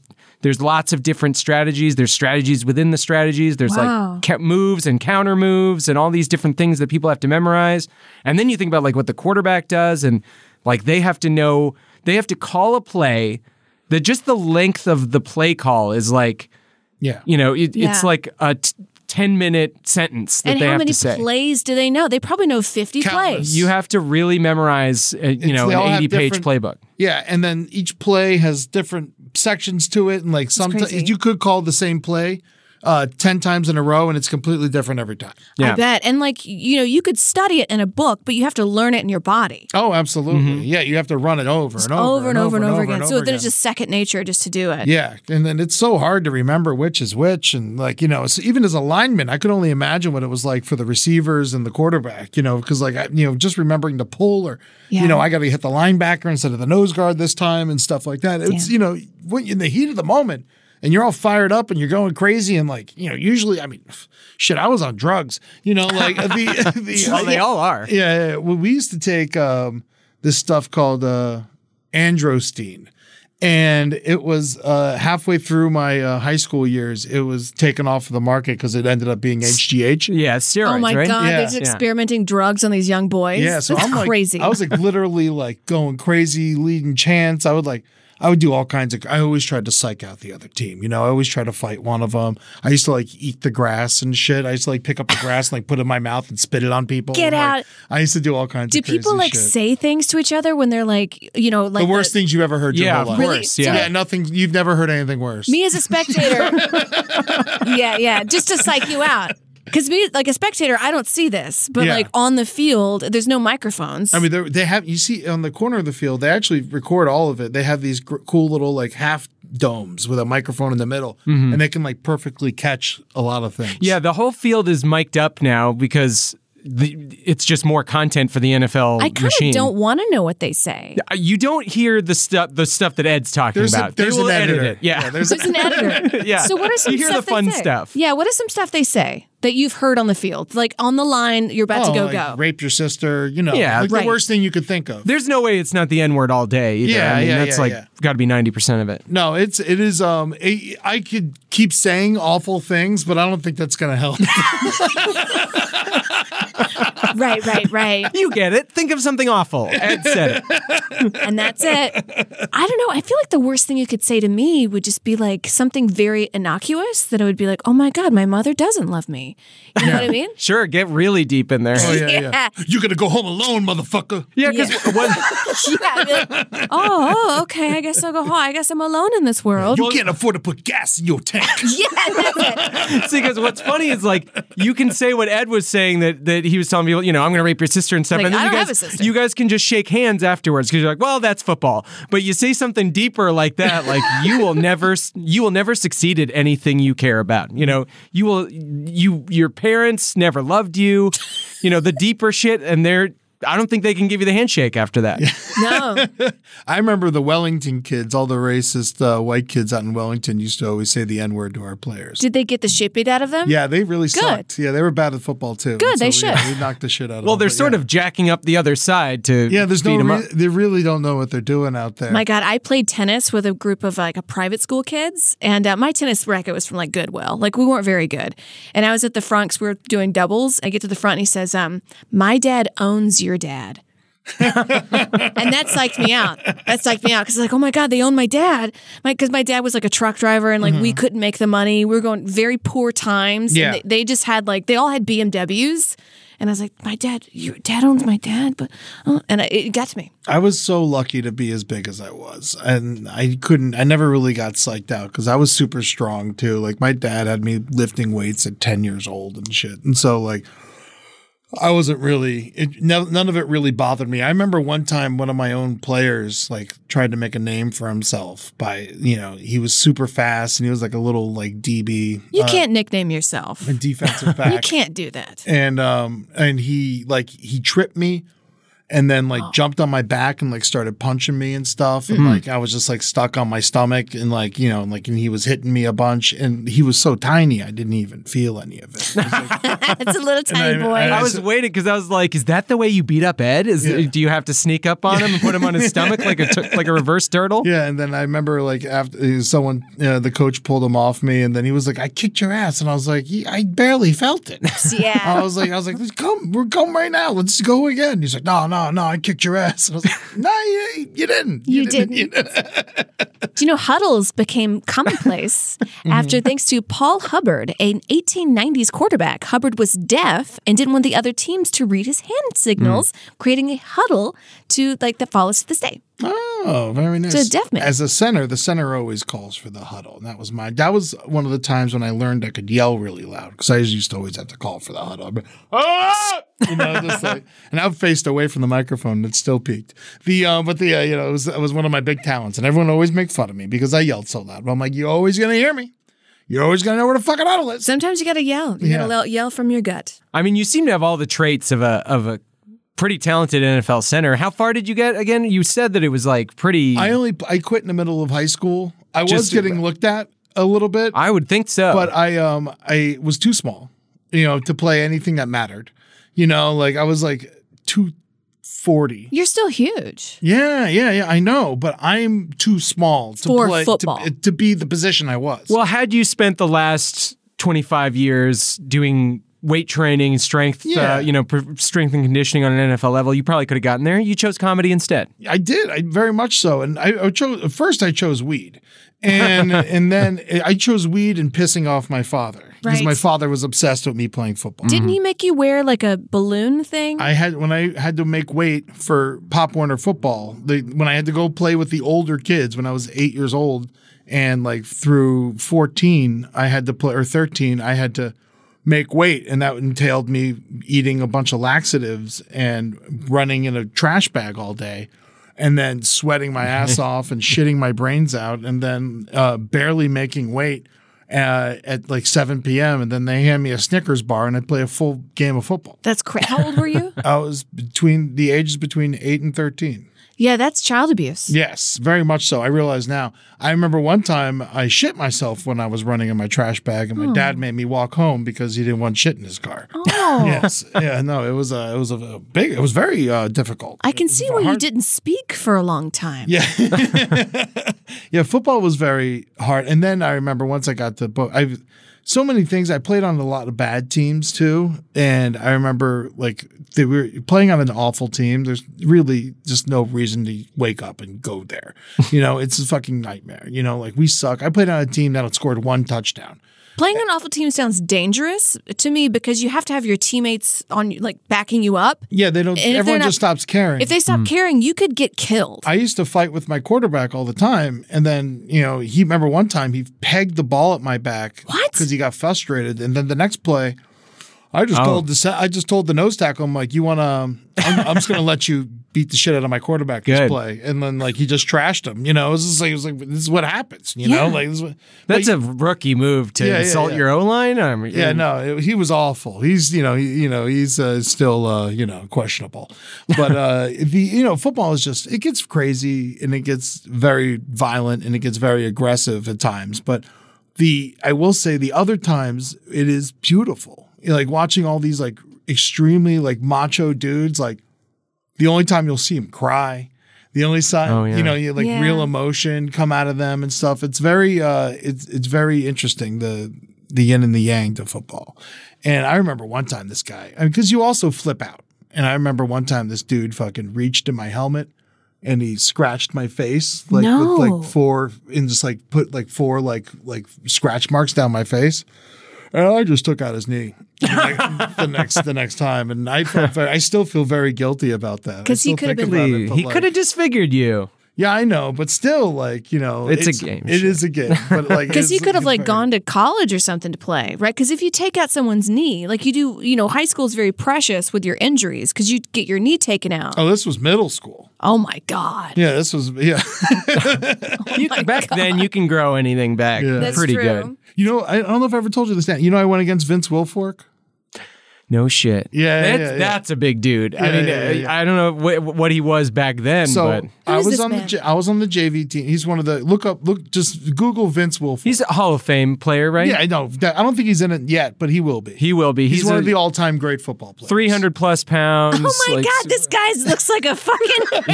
S8: there's lots of different strategies. There's strategies within the strategies. There's
S9: Wow.
S8: like ca- moves and counter moves and all these different things that people have to memorize. And then you think about like what the quarterback does and like they have to know they have to call a play the just the length of the play call is like
S6: yeah.
S8: you know it, it's
S9: Yeah.
S8: like a t- 10 minute sentence that
S9: and
S8: they
S9: how
S8: have
S9: many
S8: to say.
S9: plays do they know? They probably know 50 plays.
S8: You have to really memorize, uh, you know,
S6: they all
S8: an
S6: have
S8: 80 page
S6: different-
S8: playbook.
S6: Yeah, and then each play has different sections to it, and like sometimes
S9: crazy.
S6: you could call the same play uh, ten times in a row, and it's completely different every time.
S9: I bet. And like, you know, you could study it in a book, but you have to learn it in your body.
S6: Oh, absolutely. Yeah, you have to run it over and over,
S9: Over and over and over again.
S6: and
S9: So then it's just second nature just to do it.
S6: Yeah, and then it's so hard to remember which is which, and like you know, so even as a lineman, I could only imagine what it was like for the receivers and the quarterback. You know, because like I, you know, just remembering to pull or
S12: Yeah.
S6: you know, I got to hit the linebacker instead of the nose guard this time and stuff like that. It's
S12: Damn.
S6: you know, when in the heat of the moment. And you're all fired up and you're going crazy and like you know usually I mean shit I was on drugs you know like the, the
S8: Well, they all are.
S6: yeah, yeah. Well, we used to take um, this stuff called uh, androstein, and it was uh, halfway through my uh, high school years. It was taken off of the market because it ended up being HGH.
S8: Yeah, steroids.
S9: Oh my God,
S6: Yeah.
S9: they're just experimenting drugs on these young boys.
S6: Yeah, so
S9: That's
S6: I'm like,
S9: crazy.
S6: I was like literally like going crazy, leading chants. I would like, I would do all kinds of. I always tried to psych out the other team. You know, I always tried to fight one of them. I used to like eat the grass and shit. I used to like pick up the grass and like put it in my mouth and spit it on people.
S9: Get
S6: And, like,
S9: out.
S6: I used to do all kinds.
S9: do
S6: of crazy
S9: people like
S6: shit.
S9: say things to each other when they're like, you know, like
S6: the worst things you've ever heard.
S8: Yeah,
S6: your whole
S8: of
S6: life.
S8: Really? course, yeah.
S6: yeah. Nothing. You've never heard anything worse.
S9: Me as a spectator. yeah, yeah. Just to psych you out. Because me, like a spectator, I don't see this, but
S6: Yeah.
S9: like on the field, there's no microphones.
S6: I mean, they're- they have. You see, on the corner of the field, they actually record all of it. They have these gr- cool little like half domes with a microphone in the middle,
S8: Mhm.
S6: and they can like perfectly catch a lot of things.
S8: Yeah, the whole field is mic'd up now because the, it's just more content for the NFL
S9: I kind
S8: machine.
S9: of don't want to know what they say.
S8: Uh, You don't hear the stuff the stuff that Ed's talking
S6: There's a-
S8: about.
S6: there's
S8: they will
S6: an
S8: edit
S6: editor.
S8: it. Yeah,
S6: Yeah,
S8: there's,
S9: an editor.
S8: yeah.
S9: So what are some
S8: you hear
S9: stuff
S8: the fun
S9: they say?
S8: stuff?
S9: Yeah. What is some stuff they say that you've heard on the field, like on the line? You're about
S6: Oh,
S9: to go
S6: like,
S9: go.
S6: Rape your sister. You know.
S8: Yeah.
S6: like
S8: Right.
S6: the worst thing you could think of.
S8: There's no way it's not the N word all day. Either.
S6: Yeah,
S8: I mean,
S6: yeah,
S8: that's
S6: yeah,
S8: like
S6: yeah.
S8: got to be ninety percent of it.
S6: No, it's it is. Um, I I could keep saying awful things, but I don't think that's gonna help.
S9: right, right, right.
S8: You get it. Think of something awful. Ed said it.
S9: and that's it. I don't know. I feel like the worst thing you could say to me would just be like something very innocuous that I would be like, "Oh my god, my mother doesn't love me." You know what I mean?
S8: Sure, get really deep in there.
S6: Oh, yeah, yeah.
S9: Yeah.
S6: You're gonna go home alone, motherfucker.
S8: Yeah, because
S9: yeah, I'd be like, oh, oh, okay. I guess I'll go home. I guess I'm alone in this world.
S6: You can't afford to put gas in your tank.
S9: yeah, that's it.
S8: See, because what's funny is like you can say what Ed was saying that that he was telling people, you know, I'm going to rape your sister and stuff,
S9: Like,
S8: and
S9: I
S8: you
S9: don't have
S8: guys
S9: a sister.
S8: you guys can just shake hands afterwards because you're like, well, that's football. But you say something deeper like that, like you will never you will never succeed at anything you care about. You know, you will you your parents never loved you. You know, the deeper shit, and they're I don't think they can give you the handshake after that.
S9: No.
S6: I remember the Wellington kids, all the racist uh, white kids out in Wellington used to always say the N word to our players.
S9: Did they get the shit beat out of them?
S6: yeah, they really
S9: Good.
S6: sucked. Yeah, they were bad at football too.
S9: Good,
S6: And
S9: they
S6: we-
S9: should.
S6: We, knocked the shit out of
S8: Well,
S6: them.
S8: they're sort of jacking up the other side to
S6: Yeah, there's
S8: beat
S6: no.
S8: 'em
S6: Re-
S8: up.
S6: they really don't know what they're doing out there.
S9: My God, I played tennis with a group of like a private school kids, and uh, my tennis racket was from like Goodwill. Like we weren't very good, and I was at the front 'cause we were doing doubles. I get to the front, and he says, "Um, my dad owns your dad." and that psyched me out. That psyched me out because like, oh my god, they own my dad. My because my dad was like a truck driver, and like
S8: Mm-hmm.
S9: we couldn't make the money. We were going very poor times.
S6: Yeah.
S9: and they, they just had like they all had BMWs, and I was like, my dad, your dad owns my dad, but uh, and I, it got to me.
S6: I was so lucky to be as big as I was, and I couldn't. I never really got psyched out because I was super strong too. Like my dad had me lifting weights at ten years old and shit, and so like I wasn't really. It, no, none of it really bothered me. I remember one time one of my own players like tried to make a name for himself by you know he was super fast and he was like a little like DB.
S9: You
S6: uh,
S9: can't nickname yourself.
S6: a defensive back.
S9: You can't do that.
S6: and um and he like he tripped me and then
S9: Oh.
S6: like jumped on my back and like started punching me and stuff and
S8: Mhm.
S6: like I was just like stuck on my stomach and like you know and like and he was hitting me a bunch and he was so tiny I didn't even feel any of it.
S9: it's a little tiny
S6: I-
S9: boy.
S6: and
S8: I was waiting because I was like, "Is that the way you beat up Ed? Is do you have to sneak up on him and put him on his stomach like a tu- like a reverse turtle?"
S6: Yeah, and then I remember like after someone uh, the coach pulled him off me and then he was like I kicked your ass and I was like "Yeah, I barely felt it.
S9: yeah.
S6: I was like I was like let's come we're come right now let's go again. He's like no no no, no, I kicked your ass. And I was like, no, you, you didn't.
S9: You Do you know huddles became commonplace
S6: Mm-hmm.
S9: after, thanks to Paul Hubbard, an 1890s quarterback? Hubbard was deaf and didn't want the other teams to read his hand signals, creating a huddle to like that follows to this day.
S6: Oh, very nice.
S9: So a deaf man.
S6: As a center, the center always calls for the huddle. And that was my that was one of the times when I learned I could yell really loud because I used to always have to call for the huddle. I'd be, "Ah!" You know, just like, and I've faced away from the microphone and it still peaked. The uh, but the uh, you know it was it was one of my big talents, and everyone always make fun of me because I yelled so loud. But I'm like, you're always gonna hear me. You're always gonna know where the fucking huddle is.
S9: Sometimes you gotta yell. You
S8: Yeah.
S9: gotta yell- yell from your gut.
S8: I mean, you seem to have all the traits of a of a pretty talented NFL center. How far did you get again? You said that it was like pretty.
S6: I only I quit in the middle of high school. I was
S8: Just-
S6: getting looked at a little bit.
S8: I would think so.
S6: But I um I was too small, you know, to play anything that mattered. You know, like I was like 240.
S9: You're still huge.
S6: Yeah, yeah, yeah, I know, but I'm too small to
S9: For
S6: play to-
S9: football.
S6: To, be the position I was.
S8: well, had you spent the last twenty five years doing weight training, strength,
S6: Yeah.
S8: uh, you know, pr- strength and conditioning on an NFL level, you probably could have gotten there. You chose comedy instead.
S6: I did, I very much so, and I, I chose first. I chose weed, and and then I chose weed and pissing off my father because
S9: Right.
S6: my father was obsessed with me playing football.
S9: Didn't he make you wear like a balloon thing?
S6: I had when I had to make weight for Pop Warner football. The when I had to go play with the older kids when I was eight years old and like through fourteen, I had to play or thirteen, I had to make weight, and that entailed me eating a bunch of laxatives and running in a trash bag all day. And then sweating my ass off and shitting my brains out, and then uh, barely making weight uh, at like 7 p.m. And then they hand me a Snickers bar and I play a full game of football.
S9: That's crazy. How old were you?
S6: I was between the ages between eight and thirteen.
S9: yeah, that's child abuse.
S6: Yes, very much so. I realize now. I remember one time I shit myself when I was running in my trash bag, and my
S9: Oh.
S6: dad made me walk home because he didn't want shit in his car.
S9: Oh.
S6: Yes, yeah, no, it was a, it was a, a big, it was very uh, difficult.
S9: I can see why you didn't speak for a long time.
S6: Yeah. Yeah, football was very hard. And then I remember once I got to book, I so many things. I played on a lot of bad teams too, and I remember like they were playing on an awful team. There's really just no reason to wake up and go there. You know, it's a fucking nightmare. You know, like we suck. I played on a team that had scored one touchdown.
S9: Playing on awful team sounds dangerous to me because you have to have your teammates on like backing you up.
S6: Yeah, they
S9: And
S6: don't.
S9: if they're
S6: everyone
S9: not-
S6: just stops caring.
S9: If they stop
S8: Hmm.
S9: caring, you could get killed.
S6: I used to fight with my quarterback all the time, and then you know he remember one time he pegged the ball at my back because he got frustrated, and then the next play, I just
S8: Oh.
S6: told the se- I just told the nose tackle I'm like you want to I'm, I'm just gonna let you beat the shit out of my quarterback this
S8: Good.
S6: play, and then like he just trashed him. You know, it was just like it was like this is what happens. You know,
S8: Yeah.
S6: like this is what,
S8: That's a rookie move to
S6: Yeah, yeah,
S8: insult
S6: yeah.
S8: your O line.
S6: yeah, no, it- he was awful. He's you know he, you know he's uh, still uh, you know questionable, but uh, the you know football is just it gets crazy and it gets very violent and it gets very aggressive at times. But the I will say the other times it is beautiful. You know, Like watching all these like extremely like macho dudes like the only time you'll see him cry the only time
S8: Oh, yeah.
S6: you know you like
S8: Yeah.
S6: real emotion come out of them and stuff it's very uh it's it's very interesting the the yin and the yang to football and i remember one time this guy i mean because you also flip out and i remember one time this dude fucking reached in my helmet and he scratched my face like
S12: No.
S6: with like four and just like put like four like like scratch marks down my face and I just took out his knee like, the next the next time, and I felt very, I still feel very guilty about that I
S8: Because he could
S6: still
S8: have
S6: think
S8: been.
S6: about it, but,
S8: he
S6: like-
S8: could have disfigured you.
S6: Yeah, I know, but still, like you know,
S8: It's a game
S6: It is a game, but like
S9: Because
S6: it's-
S9: you could have like gone to college or something to play, right? Because if you take out someone's knee, like you do, you know, high school is very precious with your injuries because you get your knee taken out.
S6: Oh, this was middle school.
S9: Oh my God.
S6: Yeah, this was yeah.
S8: You- back then, you can grow anything back
S9: Oh That's
S8: pretty
S9: true.
S8: good.
S6: You know, I I don't know if I ever told you this. Dan. You know, I went against Vince Wilfork.
S8: No shit.
S6: Yeah, yeah,
S8: that's,
S6: yeah, yeah.
S8: that's a big dude. I
S6: Yeah,
S8: mean,
S6: yeah,
S8: uh,
S6: yeah.
S8: I don't know what, what he was back then,
S6: So
S8: but
S6: I was on the J- I was on the JV team. He's one of the look up look just Google Vince Wilfork.
S8: he's a Hall of Fame player, right?
S6: Yeah, I know. That- I don't think he's in it yet, but he will be.
S8: he will be.
S6: He's,
S8: He's,
S6: one of the all time great football players.
S8: three hundred plus pounds.
S9: Oh my
S8: like,
S9: God, this guy looks like a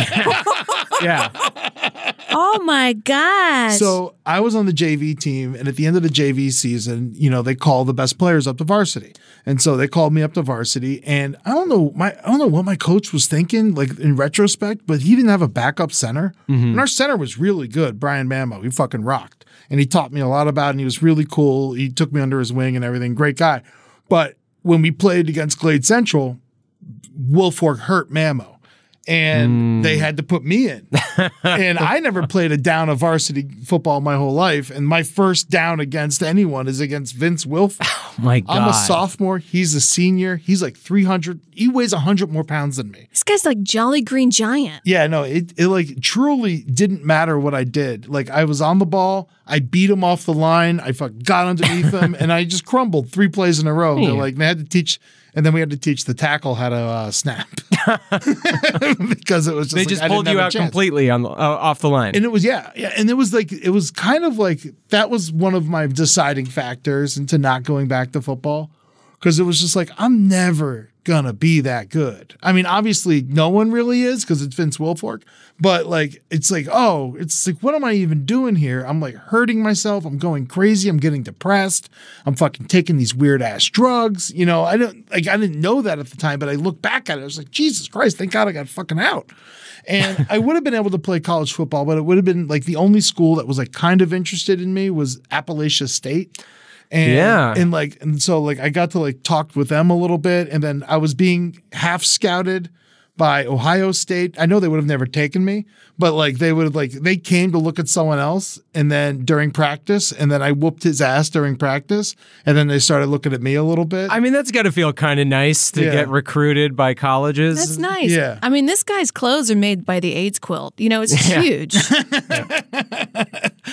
S9: fucking.
S8: Yeah.
S9: oh my God.
S6: So I was on the JV team, and at the end of the JV season, you know, they call the best players up to varsity. And so they called me up up to varsity, and I don't know my I don't know what my coach was thinking, like in retrospect, but he didn't have a backup center,
S12: Mhm.
S6: and our center was really good. Brian Mammo, he fucking rocked, and he taught me a lot about, it, and he was really cool. He took me under his wing and everything. Great guy, but when we played against Glade Central, Wilfork hurt Mammo, and they had to put me in. and I never played a down of varsity football my whole life. And my first down against anyone is against Vince Wilf.
S8: Oh my
S9: Oh,
S6: I'm
S8: God.
S6: a sophomore. He's a senior. He's like 300. He weighs 100 more pounds than me.
S9: This guy's like Jolly Green Giant.
S6: Yeah, no, it, it like truly didn't matter what I did. Like I was on the ball. I beat him off the line. I fuck got underneath him and I just crumbled three plays in a row. They're
S12: Yeah.
S6: like, they had to teach. And then we had to teach the tackle how to uh, snap because it was just
S8: they
S6: like,
S8: just
S6: I didn't
S8: pulled you
S6: have a
S8: out
S6: chance.
S8: completely on the, uh, off the line.
S6: And it was yeah, yeah, and it was like it was kind of like that was one of my deciding factors into not going back to football because it was just like I'm never gonna be that good. I mean, obviously no one really is because it's Vince Wilfork, but like it's like oh, it's like what am I even doing here? I'm like hurting myself. I'm going crazy. I'm getting depressed. I'm fucking taking these weird ass drugs. You know, I don't like I didn't know that at the time, but I look back at it. I was like Jesus Christ, thank God I got fucking out. And I would have been able to play college football, but it would have been like the only school that was like kind of interested in me was Appalachia State. And,
S8: Yeah.
S6: And like, and so like I got to like talk with them a little bit. And then I was being half scouted by Ohio State. I know they would have never taken me, but like they would have like, they came to look at someone else and then during practice. And then I whooped his ass during practice. And then they started looking at me a little bit.
S8: I mean, that's got to feel kind of nice to
S6: Yeah.
S8: get recruited by colleges.
S9: That's nice.
S8: Yeah.
S9: I mean, this guy's clothes are made by the AIDS quilt. You know, it's
S8: Yeah.
S9: huge.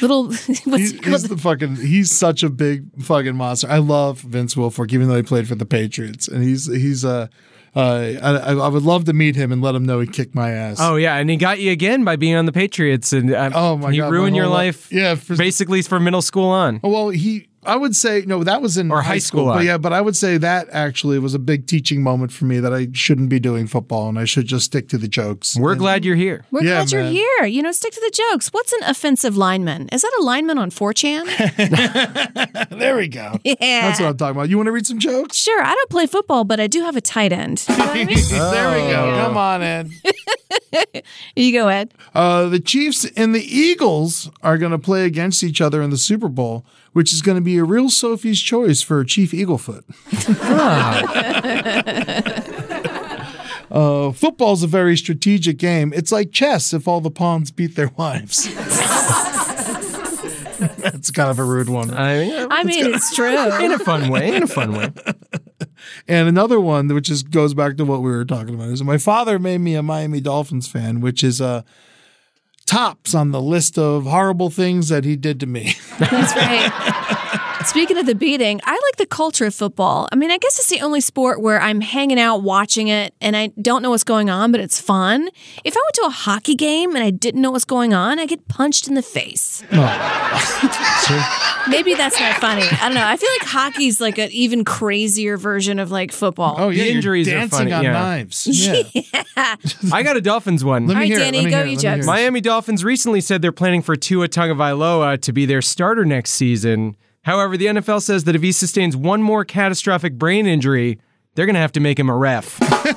S9: Little what's
S6: He's, he's the fucking. He's such a big fucking monster. I love Vince Wilfork, even though he played for the Patriots, and he's he's uh, uh I, I I would love to meet him and let him know he kicked my ass.
S8: Oh yeah, and he got you again by being on the Patriots, and um, oh
S6: my
S8: he
S6: God, my
S8: ruined your
S6: whole li-
S8: life. Yeah, basically from middle school on.
S6: Oh, Well, he I would say no, that was in
S8: Or high school,
S6: but
S8: I-
S6: yeah, but I would say that actually was a big teaching moment for me that I shouldn't be doing football and I should just stick to the jokes.
S8: We're glad you're here.
S9: We're
S6: Yeah,
S9: glad you're
S6: man.
S9: here. You know, stick to the jokes. What's an offensive lineman? Is that a lineman on 4chan?
S6: there we go.
S9: Yeah.
S6: That's what I'm talking about. You want to read some jokes?
S9: Sure, I don't play football, but I do have a tight end. You know what I mean?
S6: there we go. Come on in.
S9: you go, Ed.
S6: Uh, the Chiefs and the Eagles are going to play against each other in the Super Bowl, which is going to be a real Sophie's choice for Chief Eaglefoot. Uh, football's a very strategic game. It's like chess if all the pawns beat their wives. That's kind of a rude one.
S8: I mean,
S9: I mean, it's true.
S8: in a fun way. In a fun way.
S6: And another one, which is goes back to what we were talking about, is my father made me a Miami Dolphins fan, which is uh, tops on the list of horrible things that he did to me.
S9: That's right. Speaking of the beating, I like the culture of football. I mean, I guess it's the only sport where I'm hanging out watching it and I don't know what's going on, but it's fun. If I went to a hockey game and I didn't know what's going on, I get punched in the face. Maybe that's not funny. I don't know. I feel like hockey's like an even crazier version of like football.
S8: Oh, yeah, The you're injuries are dancing funny, on yeah. knives. Yeah. I got a Dolphins one.
S9: Let me All right, hear it, Danny, let me go hear it, with your let me jokes. hear it.
S8: Miami Dolphins recently said they're planning for Tua Tagovailoa to be their starter next season. However, the NFL says that if he sustains one more catastrophic brain injury, they're going to have to make him a ref. Uh,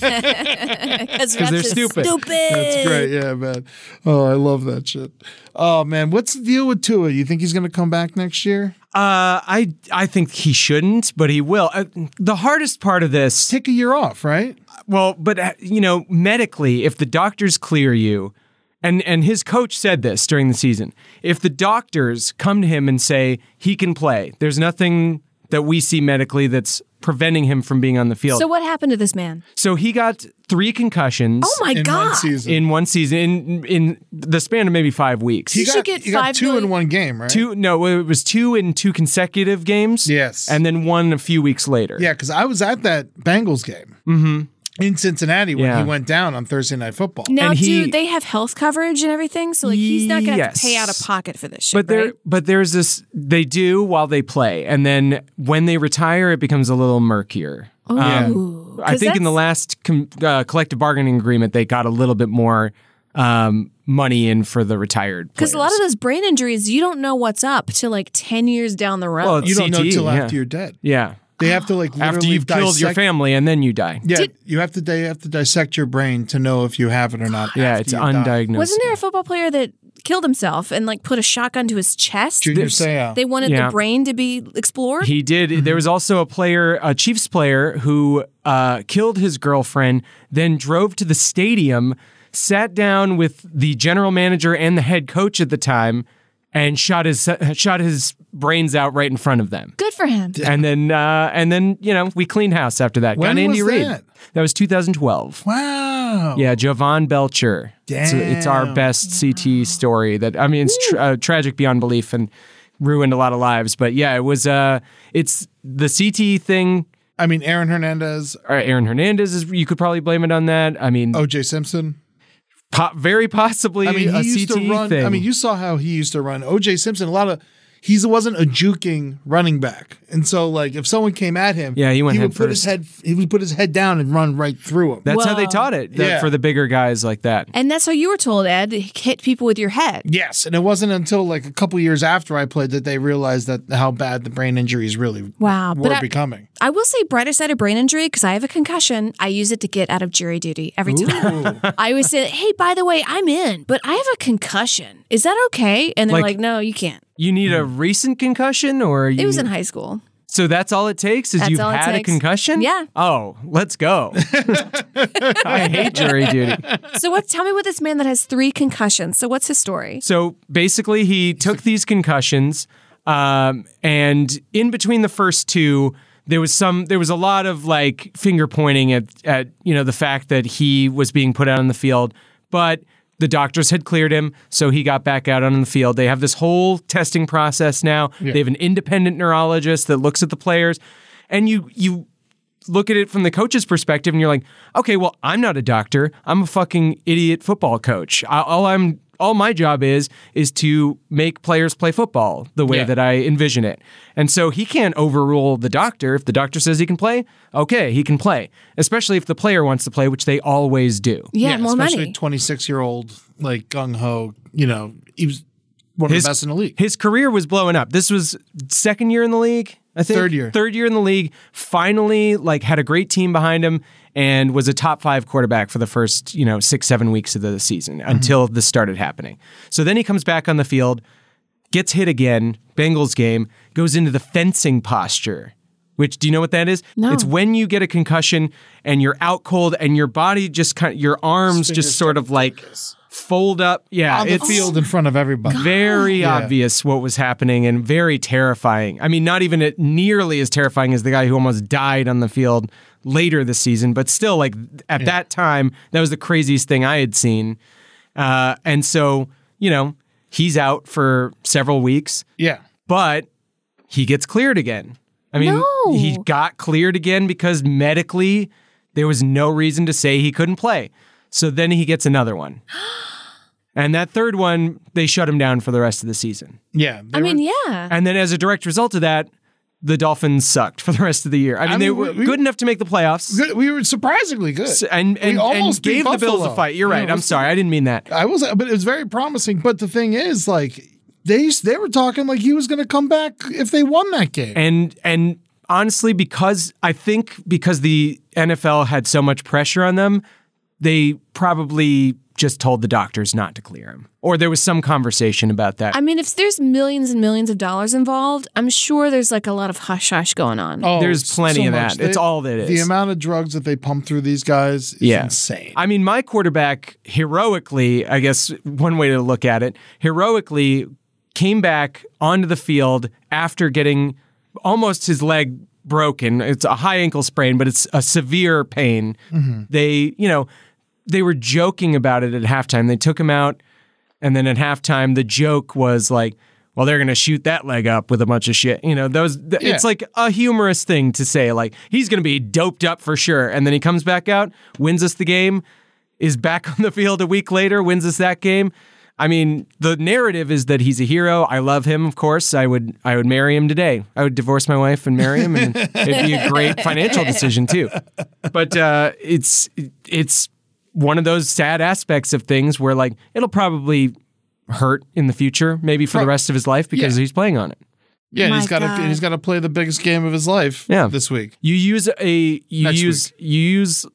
S9: Because
S8: they're stupid.
S6: That's great. Yeah, man. Oh, I love that shit. Oh, man. What's the deal with Tua? You think he's going to come back next year?
S8: Uh, I I think he shouldn't, but he will. Uh, the hardest part of this
S6: take a year off, right?
S8: Well, but uh, you know, medically, if the doctors clear you, and and his coach said this during the season, if the doctors come to him and say he can play, there's nothing that we see medically that's preventing him from being on the field.
S9: So, what happened to this man?
S8: So he got three concussions.
S9: Oh my In one God. season.
S8: In one season, in in the span of maybe five weeks.
S9: He You should got- get he got five two million- in
S6: one game, right?
S8: Two. No, it was two in two consecutive games. Yes, and then one a few weeks later.
S6: Yeah, because I was at that Bengals game in Cincinnati when
S8: Mm-hmm. Yeah.
S6: he went down on Thursday Night Football.
S9: Now, do they have health coverage and everything? So, like, he's not going to have to
S8: Yes.
S9: pay out of pocket for this shit.
S8: But there,
S9: right?
S8: but there's this. They do while they play, and then when they retire, it becomes a little murkier.
S9: Ooh.
S8: Um, I
S9: Oh, 'Cause
S8: think in the last com- uh, collective bargaining agreement, they got a little bit more um, money in for the retired.
S9: Because a lot of those brain injuries, you don't know what's up till like 10 years down the road.
S8: Well, it's CTE, yeah.
S6: dead.
S8: Yeah.
S6: They have to like
S8: after
S6: E, literally
S8: you've killed your
S6: dissect-
S8: family and then you die.
S6: Yeah, you have to they have to dissect your brain to know if you have it or not.
S8: Yeah, it's undiagnosed.
S9: Wasn't there a football player that killed himself and like put a shotgun to his chest?
S8: Junior Seau.
S9: They wanted
S8: Yeah.
S9: the brain to be explored.
S8: He did.
S9: Mm-hmm.
S8: There was also a player, a Chiefs player, who uh, killed his girlfriend, then drove to the stadium, sat down with the general manager and the head coach at the time, and shot his shot his brains out right in front of them.
S9: Good for him.
S8: And then, uh, and then you know, we cleaned house after that.
S9: When
S8: Got Andy
S9: was
S8: Reid.
S9: that?
S8: That was 2012.
S6: Wow.
S8: Yeah, Jovan Belcher. It's, it's our best CT story. That I mean, it's tr uh, tragic beyond belief and ruined a lot of lives. But yeah, it was. Uh, it's the CT thing.
S6: I mean, Aaron Hernandez.
S8: Aaron Hernandez is. You could probably blame it on that. I mean,
S6: OJ Simpson.
S8: Po- very possibly.
S6: Oh. I mean, he
S8: a
S6: used
S8: CTE
S6: to run.
S8: Thing.
S6: I mean, you saw how he used to run. OJ Simpson, a lot of he wasn't a juking running back, and so like if someone came at him,
S8: Yeah, he went
S6: He
S8: head
S6: would put his
S8: first.
S6: head. He would put his head down and run right through him.
S8: that's how they taught it the-
S6: Yeah.
S8: for the bigger guys like that.
S9: And that's how you were told, Ed. Hit people with your head.
S6: Yes, and it wasn't until like a couple years after I played that they realized that how bad the brain injuries really
S9: Wow,
S6: were
S9: but I-
S6: becoming.
S9: I will say, brighter side of brain injury, because I have a concussion, I use it to get out of jury duty every time. I always say, hey, by the way, I'm in, but I have a concussion. Is that okay? And they're
S8: Like-
S9: like, no, you can't.
S8: You need a recent concussion, or you
S9: It was in
S8: need-
S9: high school.
S8: So that's all it takes is
S9: That's
S8: you've
S9: all it
S8: had a
S9: takes.
S8: concussion.
S9: Yeah.
S8: Oh, let's go. I hate jury duty.
S9: So what? Tell me what this man that has three concussions. So what's his story?
S8: So basically, he took these concussions, um, and in between the first two, there was some. There was a lot of like finger pointing at at you know the fact that he was being put out on the field, but the doctors had cleared him, so he got back out on the field. They have this whole testing process now.
S12: Yeah.
S8: They have an independent neurologist that looks at the players, and you you look at it from the coach's perspective and you're like, okay, well, I'm not a doctor. I'm a fucking idiot football coach. I- All I'm all my job is is to make players play football the way
S12: Yeah.
S8: that I envision it. And so he can't overrule the doctor. If the doctor says he can play, okay, he can play. Especially if the player wants to play, which they always do.
S6: especially twenty six year old like gung ho. You know, he was one of the best in the league.
S8: His career was blowing up. This was second year in the league, I think.
S6: Third year.
S8: Third year in the league. Finally, like had a great team behind him and was a top five quarterback for the first, you know, six, seven weeks of the season
S6: Mm-hmm.
S8: until this started happening. So then he comes back on the field, gets hit again, Bengals game, goes into the fencing posture. Which do you know what that is?
S12: No.
S8: It's when you get a concussion and you're out cold and your body just kind of, your arms just sort of like fold up. Yeah.
S6: on the
S8: it's-
S6: field in front of everybody.
S8: very
S6: Yeah.
S8: obvious what was happening and very terrifying. I mean, not even at- nearly as terrifying as the guy who almost died on the field later this season, but still, like at that time, that was the craziest thing I had seen. Uh, and so, you know, he's out for several weeks.
S6: Yeah.
S8: But he gets cleared again. I mean,
S12: No.
S8: he got cleared again because medically there was no reason to say he couldn't play. So then he gets another one. And that third one, they shut him down for the rest of the season.
S6: Yeah.
S9: I mean, yeah.
S8: And then as a direct result of that, the Dolphins sucked for the rest of the year. I mean, they
S6: mean,
S8: were
S6: we- we-
S8: good enough to make the playoffs.
S6: Good- We were surprisingly good.
S8: S- And,
S6: we
S8: and, and
S6: beat
S8: gave the Bills a
S6: Buffalo.
S8: fight. You're
S6: Yeah,
S8: right.
S6: it
S8: I'm
S6: was-
S8: sorry. I didn't mean that.
S6: I was, but it was very promising. But the thing is, like they they were talking like he was going to come back if they won that game.
S8: And and honestly, because I think because the NFL had so much pressure on them, they probably just told the doctors not to clear him, or there was some conversation about that.
S9: I mean, if there's millions and millions of dollars involved, I'm sure there's like a lot of hush hush going on.
S8: There's plenty
S6: so
S8: of
S6: much.
S8: that. Oh, It's all that
S6: The
S8: is.
S6: amount of drugs that they pump through these guys is
S8: Yeah.
S6: insane.
S8: I mean, my quarterback heroically, I guess one way to look at it, heroically came back onto the field after getting almost his leg broken. It's a high ankle sprain, but it's a severe pain.
S12: Mhm.
S8: They, you know, they were joking about it at halftime. They took him out, and then at halftime, the joke was like, well, they're going to shoot that leg up with a bunch of shit. You know, those, th-
S12: Yeah.
S8: it's like a humorous thing to say. Like, he's going to be doped up for sure. And then he comes back out, wins us the game, is back on the field a week later, wins us that game. I mean, the narrative is that he's a hero. I love him, of course. I would I would marry him today. I would divorce my wife and marry him and it'd be a great financial decision too. But uh, it's it's one of those sad aspects of things where like it'll probably hurt in the future, maybe for the rest of his life because
S6: Yeah.
S8: he's playing on it.
S6: Yeah, and
S8: My
S6: he's got to
S8: God.
S6: he's got to play the biggest game of his life.
S8: Yeah.
S6: this week.
S8: You use a you
S6: Next
S8: use you use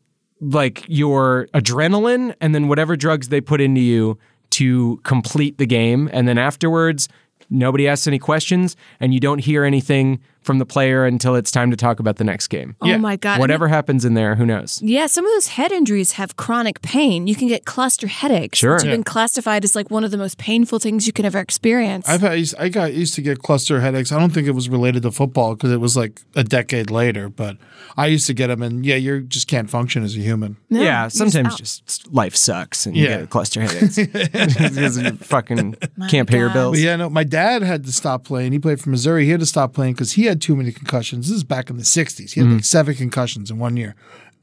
S8: like your adrenaline and then whatever drugs they put into you to complete the game and then afterwards nobody asks any questions and you don't hear anything from the player until it's time to talk about the next game.
S9: Oh Yeah. my God.
S8: Whatever happens in there, who knows.
S9: Yeah, some of those head injuries have chronic pain. You can get cluster headaches,
S8: Sure.
S9: which have
S8: Yeah.
S9: been classified as like one of the most painful things you can ever experience.
S6: I've had, I got used to get cluster headaches. I don't think it was related to football because it was like a decade later, but I used to get them, and yeah, you just can't function as a human.
S8: yeah, sometimes just, life sucks and you
S6: Yeah.
S8: get cluster headaches. Because you fucking can't pay your bills.
S6: But yeah, no, my dad had to stop playing. He played for Missouri. He had to stop playing because he had too many concussions. This is back in the '60s. He had like seven concussions in one year,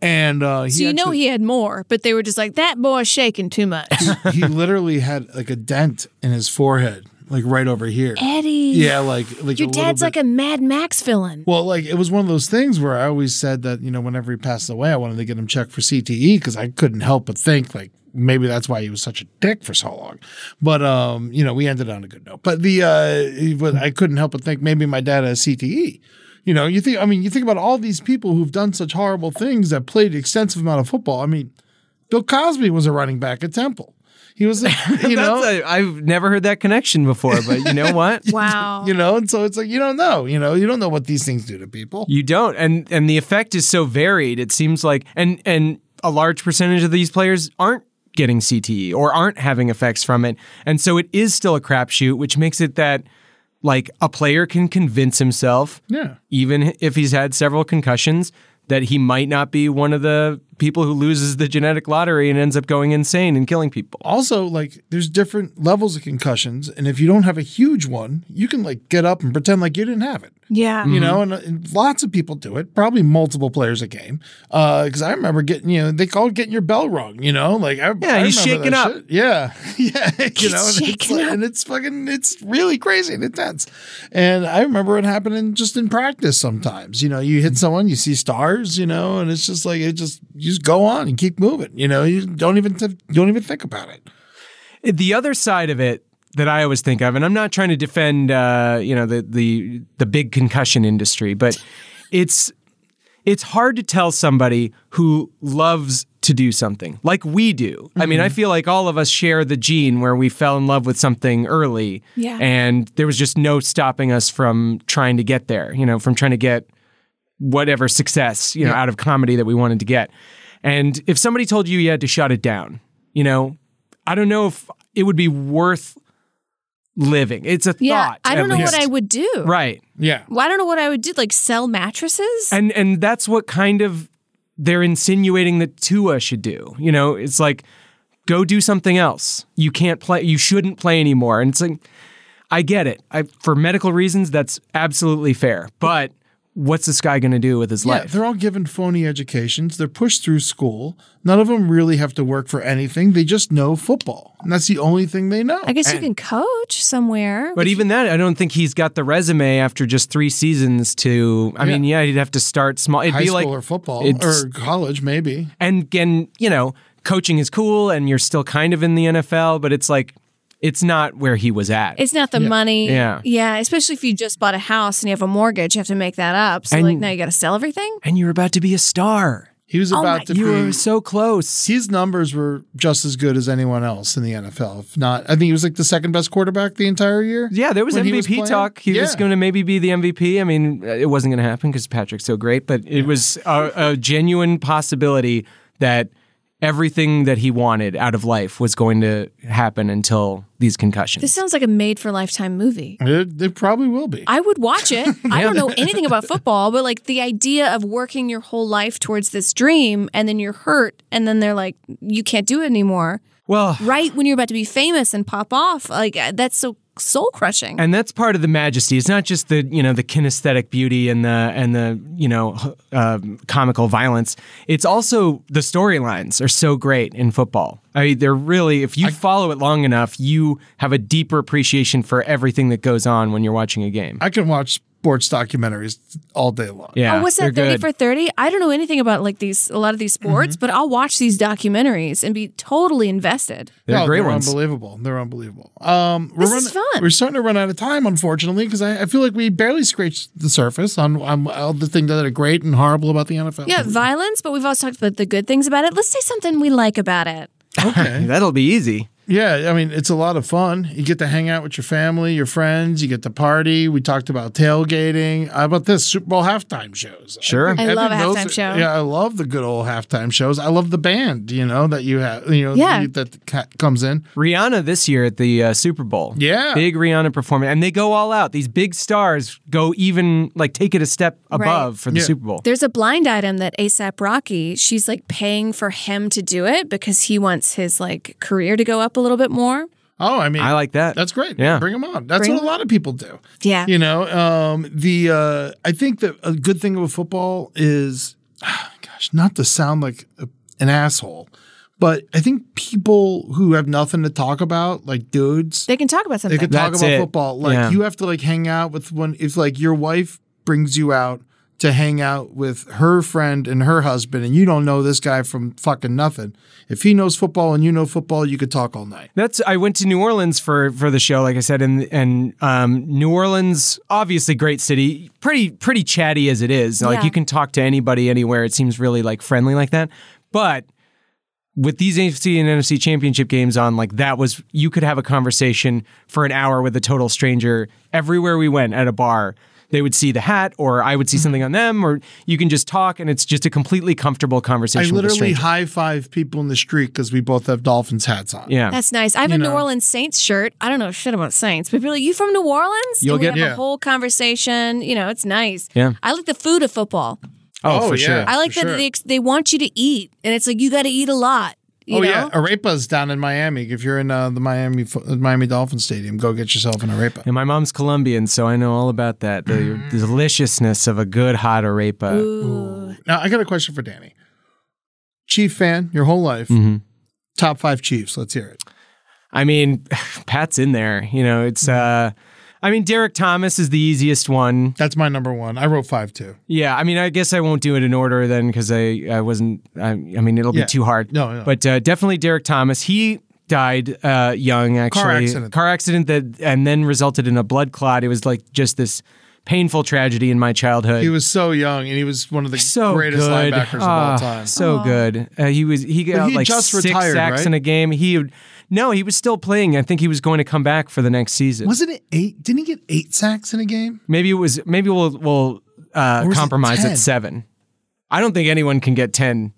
S6: and uh, he
S9: so you know
S6: actually-
S9: he had more, but they were just like that boy's shaking too much.
S6: he literally had like a dent in his forehead, like right over here.
S9: Eddie,
S6: Yeah, like like
S9: your
S6: a little
S9: dad's
S6: bit-
S9: like a Mad Max villain.
S6: Well, like it was one of those things where I always said that you know whenever he passed away, I wanted to get him checked for CTE because I couldn't help but think like maybe that's why he was such a dick for so long. But um, you know, we ended on a good note. But the uh, but I couldn't help but think maybe my dad has CTE. You know, you think I mean you think about all these people who've done such horrible things that played extensive amount of football. I mean, Bill Cosby was a running back at Temple. He was, a- you know,
S8: That's a, I've never heard that connection before, but you know what?
S9: wow.
S6: You know, and so it's like you don't know. You know, you don't know what these things do to people.
S8: You don't, and and the effect is so varied. It seems like, and and a large percentage of these players aren't getting CTE or aren't having effects from it, and so it is still a crapshoot, which makes it that like a player can convince himself,
S6: Yeah.
S8: even if he's had several concussions, that he might not be one of the people who loses the genetic lottery and ends up going insane and killing people.
S6: also like there's different levels of concussions and if you don't have a huge one you can like get up and pretend like you didn't have it
S9: Yeah.
S8: Mm-hmm.
S6: you know and, uh, and lots of people do it probably multiple players a game because i remember getting you know they call it getting your bell rung you know like I,
S8: Yeah,
S6: I
S8: he's
S6: remember
S8: shaking
S6: that
S8: up.
S6: shit. yeah yeah you
S8: He's
S6: know and it's,
S8: shaking
S6: like-
S8: up.
S6: and it's fucking it's really crazy and intense and i remember it happening just in practice sometimes you know you hit someone you see stars you know and it's just like it just you just go on and keep moving you know you don't even th- you don't even think about it
S8: the other side of it that I always think of, and I'm not trying to defend, uh, you know, the the the big concussion industry, but it's it's hard to tell somebody who loves to do something like we do. I mean, I
S9: Mm-hmm.
S12: Mhm.
S8: feel like all of us share the gene where we fell in love with something early,
S12: Yeah.
S8: and there was just no stopping us from trying to get there. You know, from trying to get whatever success you know
S12: Yeah.
S8: out of comedy that we wanted to get. And if somebody told you you had to shut it down, you know, I don't know if it would be worth living. It's a
S9: Yeah,
S8: thought.
S9: I
S8: at
S9: don't know
S8: least.
S9: what I would do.
S8: Right.
S6: Yeah.
S9: Well, I don't know what I would do. Like sell mattresses?
S8: And and that's what kind of they're insinuating that Tua should do. You know, it's like go do something else. You can't play. You shouldn't play anymore. And it's like I get it. I for medical reasons that's absolutely fair. But what's this guy going to do with his
S6: yeah,
S8: life?
S6: they're all given phony educations. They're pushed through school. None of them really have to work for anything. They just know football, and that's the only thing they know.
S9: I guess you can coach somewhere.
S8: But even that, I don't think he's got the resume after just three seasons to. I
S6: Yeah.
S8: mean, yeah, he'd have to start small. It'd
S6: high
S8: be
S6: school
S8: like
S6: or football
S8: it's-
S6: or college, maybe.
S8: and again, you know, coaching is cool, and you're still kind of in the NFL, but it's like it's not where he was at.
S9: It's not the money.
S8: Yeah.
S9: Yeah. Especially if you just bought a house and you have a mortgage, you have to make that up. So, like,
S8: And-
S9: now you got to sell everything?
S8: and you're about to be a star.
S6: He was
S9: Oh
S6: about
S9: my God.
S6: to be.
S9: You were
S8: so close.
S6: His numbers were just as good as anyone else in the NFL. If not, I think he was like the second best quarterback the entire year.
S8: Yeah, there was
S6: when he
S8: MVP
S6: playing.
S8: talk. He was
S6: Yeah.
S8: going to maybe be the MVP. I mean, uh, it wasn't going to happen because Patrick's so great, but it was a, a genuine possibility that everything that he wanted out of life was going to happen until these concussions.
S9: This sounds like a made for lifetime movie.
S6: It, it probably will be.
S9: I would watch it. I don't know anything about football, but like the idea of working your whole life towards this dream and then you're hurt and then they're like, you can't do it anymore.
S8: Well,
S9: right when you're about to be famous and pop off, like uh, that's so soul crushing.
S8: And that's part of the majesty. It's not just the you know the kinesthetic beauty and the and the you know h- um comical violence. It's also the storylines are so great in football. I mean, they're really if you follow it long enough, you have a deeper appreciation for everything that goes on when you're watching a game.
S6: I can watch sports documentaries all day long.
S9: oh, what's that? Thirty for thirty? I don't know anything about like these a lot of these sports, but I'll watch these documentaries and be totally invested.
S6: No, Oh, they're Unbelievable. They're unbelievable. Um, we're
S9: This is
S6: running-
S9: fun.
S6: We're starting to run out of time, unfortunately, because I, I feel like we barely scratched the surface on, on all the things that are great and horrible about the NFL.
S9: Yeah, violence, but we've also talked about the good things about it. Let's say something we like about it.
S6: Okay.
S8: That'll be easy.
S6: Yeah, I mean, it's a lot of fun. You get to hang out with your family, your friends, you get to party. We talked about tailgating. How about this Super Bowl halftime shows?
S8: Sure.
S9: I love a
S6: think those-
S9: halftime show.
S6: Yeah, I love the good old halftime shows. I love the band, you know, that you have, you know,
S9: Yeah.
S6: that ca- comes in.
S8: Rihanna this year at the uh, Super Bowl.
S6: Yeah.
S8: Big Rihanna performance. And they go all out. These big stars go even, like, take it a step
S9: Right.
S8: above for the
S6: Yeah.
S8: Super Bowl.
S9: There's a blind item that ASAP Rocky, she's like paying for him to do it because he wants his like career to go up a little bit more.
S6: Oh, I mean,
S8: I like that.
S6: That's great.
S8: Yeah.
S6: Bring them on. That's
S9: Bring
S6: what a lot of people do.
S9: Yeah.
S6: You know, um, the uh, I think that a good thing about football is, gosh, not to sound like a, an asshole, but I think people who have nothing to talk about, like dudes,
S9: They can talk about
S6: they
S9: something.
S6: could talk
S8: That's
S6: about
S8: it.
S6: football. Like
S8: Yeah.
S6: you have to like hang out with one. If like your wife brings you out to hang out with her friend and her husband, and you don't know this guy from fucking nothing. If he knows football and you know football, you could talk all night.
S8: That's I went to New Orleans for for the show, like I said, and and um, New Orleans, obviously great city, pretty pretty chatty as it is. Like
S9: Yeah.
S8: you can talk to anybody anywhere. It seems really like friendly like that. But with these AFC and NFC championship games on, like that was you could have a conversation for an hour with a total stranger everywhere we went at a bar. They would see the hat, or I would
S9: Mm-hmm.
S8: see something on them, or you can just talk, and it's just a completely comfortable
S6: I
S8: conversation. with a
S6: literally
S8: stranger.
S6: high five people in the street because we both have Dolphins hats on.
S8: yeah,
S9: That's nice. I have
S6: You
S9: a New
S6: know.
S9: Orleans Saints shirt. I don't know shit about Saints, but people are like, you from New Orleans?
S8: You'll
S9: And we
S8: get-
S9: have
S6: Yeah.
S9: a whole conversation. You know, it's nice.
S8: Yeah.
S9: I like the food of football.
S8: oh,
S6: Oh,
S8: for
S6: yeah.
S8: sure.
S9: I like
S6: for
S9: that
S6: sure.
S9: they, ex- they want you to eat, and it's like you got to eat a lot. You
S6: oh
S9: know?
S6: yeah, arepas down in Miami. If you're in uh, the Miami fo- Miami Dolphin Stadium, go get yourself an arepa.
S8: And my mom's Colombian, so I know all about that. The
S6: Mm-hmm.
S8: deliciousness of a good hot arepa.
S6: Now I got a question for Danny. Chief fan, your whole life.
S8: Mm-hmm.
S6: Top five Chiefs. Let's hear it.
S8: I mean, Pat's in there. You know, it's.
S6: Mm-hmm.
S8: uh I mean, Derek Thomas is the easiest one.
S6: That's my number one. I wrote five too.
S8: Yeah, I mean, I guess I won't do it in order then because I, I wasn't. I, I mean, it'll
S6: Yeah.
S8: be too hard.
S6: No, no.
S8: But uh, definitely Derek Thomas. He died uh, young, actually.
S6: accident.
S8: Car accident that, and then resulted in a blood clot. It was like just this painful tragedy in my childhood.
S6: He was so young, and he was one of the
S8: so
S6: greatest
S8: good.
S6: linebackers of
S8: Ah,
S6: all time.
S8: So good. Uh, he was he got
S6: he
S8: like
S6: just
S8: six
S6: retired,
S8: sacks
S6: right?
S8: in a game. He would- no, he was still playing. I think he was going to come back for the next season.
S6: Wasn't it eight? Didn't he get eight sacks in a game?
S8: maybe it was maybe we'll we'll
S6: Or
S8: uh,
S6: was it
S8: compromise
S6: 10?
S8: at seven. I don't think anyone can get ten.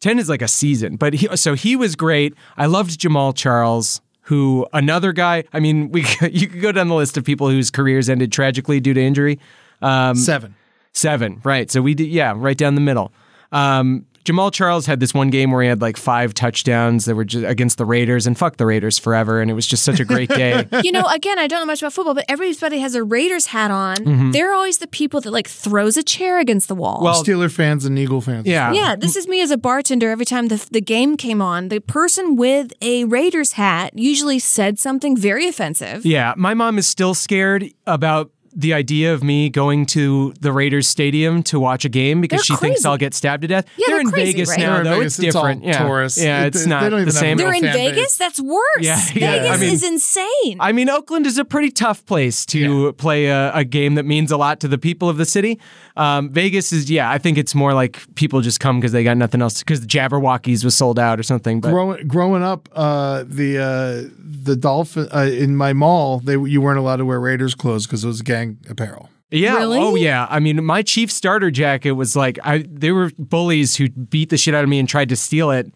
S8: Ten is like a season, but he so he was great. I loved Jamal Charles. Who another guy? I mean, we could- you could go down the list of people whose careers ended tragically due to injury.
S6: Seven.
S8: Seven, right. So we did, yeah, right down the middle. Um, Jamal Charles had this one game where he had like five touchdowns that were just against the Raiders and fuck the Raiders forever. And it was just such a great day.
S9: you know, again, I don't know much about football, but everybody has a Raiders hat on. They're always the people that like throws a chair against the wall.
S8: Mm-hmm. Well,
S6: Steeler fans and Eagle fans.
S8: yeah.
S9: yeah, this is me as a bartender. Every time the the game came on, the person with a Raiders hat usually said something very offensive.
S8: Yeah. My mom is still scared about the idea of me going to the Raiders stadium to watch a game because
S9: They're
S8: she thinks
S9: crazy.
S8: I'll get stabbed to death.
S9: Yeah,
S8: they're,
S9: they're
S8: in
S9: crazy,
S8: Vegas
S9: right?
S8: now,
S6: They're in
S8: though.
S6: Vegas.
S8: It's
S6: It's all
S8: different. yeah,
S6: tourists.
S8: yeah,
S6: It-
S8: it's
S6: they
S8: not
S6: don't even
S8: the
S6: have
S8: same.
S6: no
S9: They're in
S6: fan base.
S9: Vegas. That's worse.
S8: Yeah, yeah.
S9: Vegas
S8: I mean-
S9: is insane.
S8: I mean, Oakland is a pretty tough place to play a, a game that means a lot to the people of the city. Um, Vegas is, yeah, I think it's more like people just come because they got nothing else, because the Jabberwockies was sold out or something. But
S6: growing growing up, uh, the uh, the dolphin uh, in my mall, they you weren't allowed to wear Raiders clothes because it was gang apparel.
S8: yeah,
S9: Really?
S8: oh yeah. I mean, my chief starter jacket was like, I they were bullies who beat the shit out of me and tried to steal it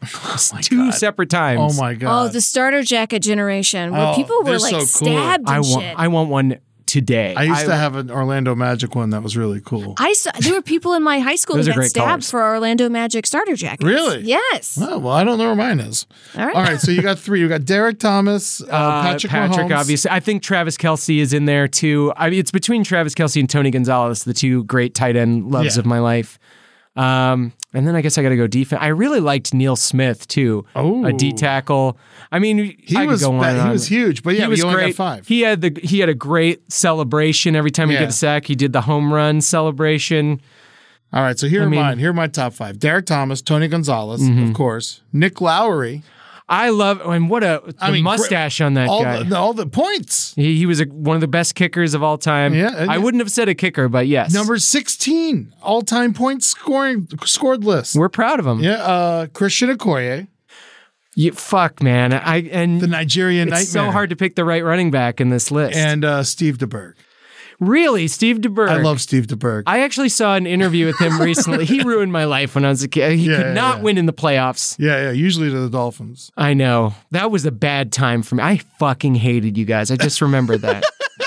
S8: two separate times.
S6: Oh my
S9: oh,
S6: god!
S9: the starter jacket generation where
S6: Oh,
S9: people
S6: they're
S9: were like
S6: so cool.
S9: stabbed and
S8: I want,
S9: shit.
S8: I want one today.
S6: I used to have an Orlando Magic one that was really cool.
S9: I saw there were people in my high school who
S8: Those are
S9: got
S8: great
S9: stabbed
S8: colours.
S9: for Orlando Magic starter jackets.
S6: Really?
S9: Yes.
S6: Oh, well, I don't know where mine is.
S9: All right.
S6: All right, so you got three. You got Derek Thomas, uh,
S8: Uh,
S6: Patrick, Mahomes.
S8: obviously. I think Travis Kelsey is in there too. I mean, it's between Travis Kelsey and Tony Gonzalez, the two great tight end loves
S6: Yeah.
S8: of my life. Um, and then I guess I got to go defense. I really liked Neil Smith too.
S6: Oh,
S8: a D tackle. I mean,
S6: He
S8: I could
S6: was
S8: go on
S6: ba-
S8: and
S6: he
S8: on.
S6: was huge, but yeah,
S8: he
S6: but
S8: was
S6: you only got
S8: great.
S6: five.
S8: He had the he had a great celebration every time he
S6: Yeah.
S8: did a sack. He did the home run celebration.
S6: All right, so here
S8: I
S6: are
S8: mean- Mm-hmm.
S6: mine. Here are my top five: Derek Thomas, Tony Gonzalez, of course, Nick Lowry.
S8: I love and what a the
S6: mean, great-
S8: mustache on that
S6: all
S8: guy.
S6: The, all the points.
S8: he, he was a, one of the best kickers of all time.
S6: Yeah, and-
S8: I wouldn't have said a kicker, but yes,
S6: Number sixteen, all-time point scoring scored list.
S8: we're proud of him.
S6: yeah, uh, Christian Okoye,
S8: You, fuck, man. I and
S6: the Nigerian
S8: it's
S6: nightmare,
S8: so hard to pick the right running back in this list.
S6: and uh, Steve DeBerg.
S8: really, Steve DeBerg.
S6: I love Steve DeBerg.
S8: I actually saw an interview with him recently. he ruined my life when I was a kid. He
S6: Yeah,
S8: could
S6: yeah,
S8: not
S6: yeah.
S8: win in the playoffs.
S6: yeah, yeah. Usually to the Dolphins.
S8: I know. That was a bad time for me. I fucking hated you guys. I just remember that.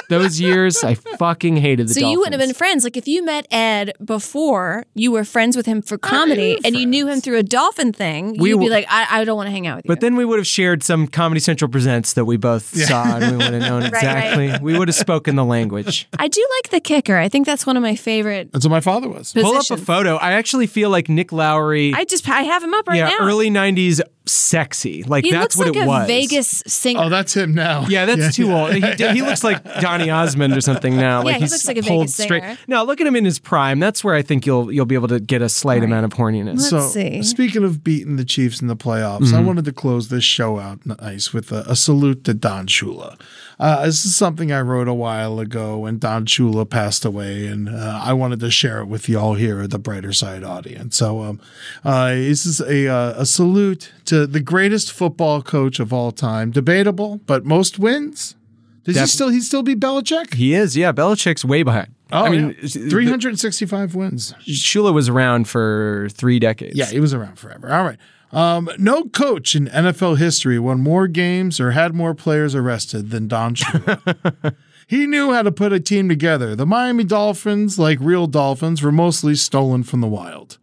S8: Those years, I fucking hated the
S9: So you wouldn't have been friends. Like if you met Ed before, you were friends with him for comedy, and you knew him through a dolphin thing.
S8: We
S9: you'd
S8: were-
S9: be like, I, I don't want to hang out with you.
S8: But then we would have shared some Comedy Central presents that we both saw, and we would have known
S9: Right,
S8: exactly.
S9: right.
S8: We would have spoken the language.
S9: I do like the kicker. I think that's one of my favorite.
S6: That's what my father was.
S8: Pull up a
S9: Positions.
S8: photo. I actually feel like Nick Lowry.
S9: I just I have him up right
S8: yeah,
S9: now.
S8: early '90s sexy. Like
S9: he looks
S8: that's what
S9: like
S8: it
S9: a
S8: was.
S9: Vegas singer.
S6: Oh, that's him now.
S8: Yeah, that's too old. He, did- he looks like Donny Osmond or something now.
S9: Yeah,
S8: like
S9: he
S8: he's
S9: looks like a
S8: pulled
S9: Vegas
S8: straight.
S9: singer.
S8: No, look at him in his prime. That's where I think you'll you'll be able to get a slight amount of horniness.
S6: So,
S9: Let's see.
S6: speaking of beating the Chiefs in the playoffs,
S8: Mm-hmm.
S6: I wanted to close this show out nice with a, a salute to Don Shula. Uh, this is something I wrote a while ago when Don Shula passed away, and uh, I wanted to share it with y'all here at the Brighter Side audience. So, um, uh, this is a, uh, a salute to the greatest football coach of all time. Debatable, but most wins. Does he
S8: Def-
S6: still he still be Belichick?
S8: He is, yeah. Belichick's way behind.
S6: Oh,
S8: I mean,
S6: three hundred and sixty-five wins.
S8: Shula was around for three decades.
S6: Yeah, he was around forever. All right. Um, no coach in NFL history won more games or had more players arrested than Don Shula. he knew how to put a team together. The Miami Dolphins, like real Dolphins, were mostly stolen from the wild.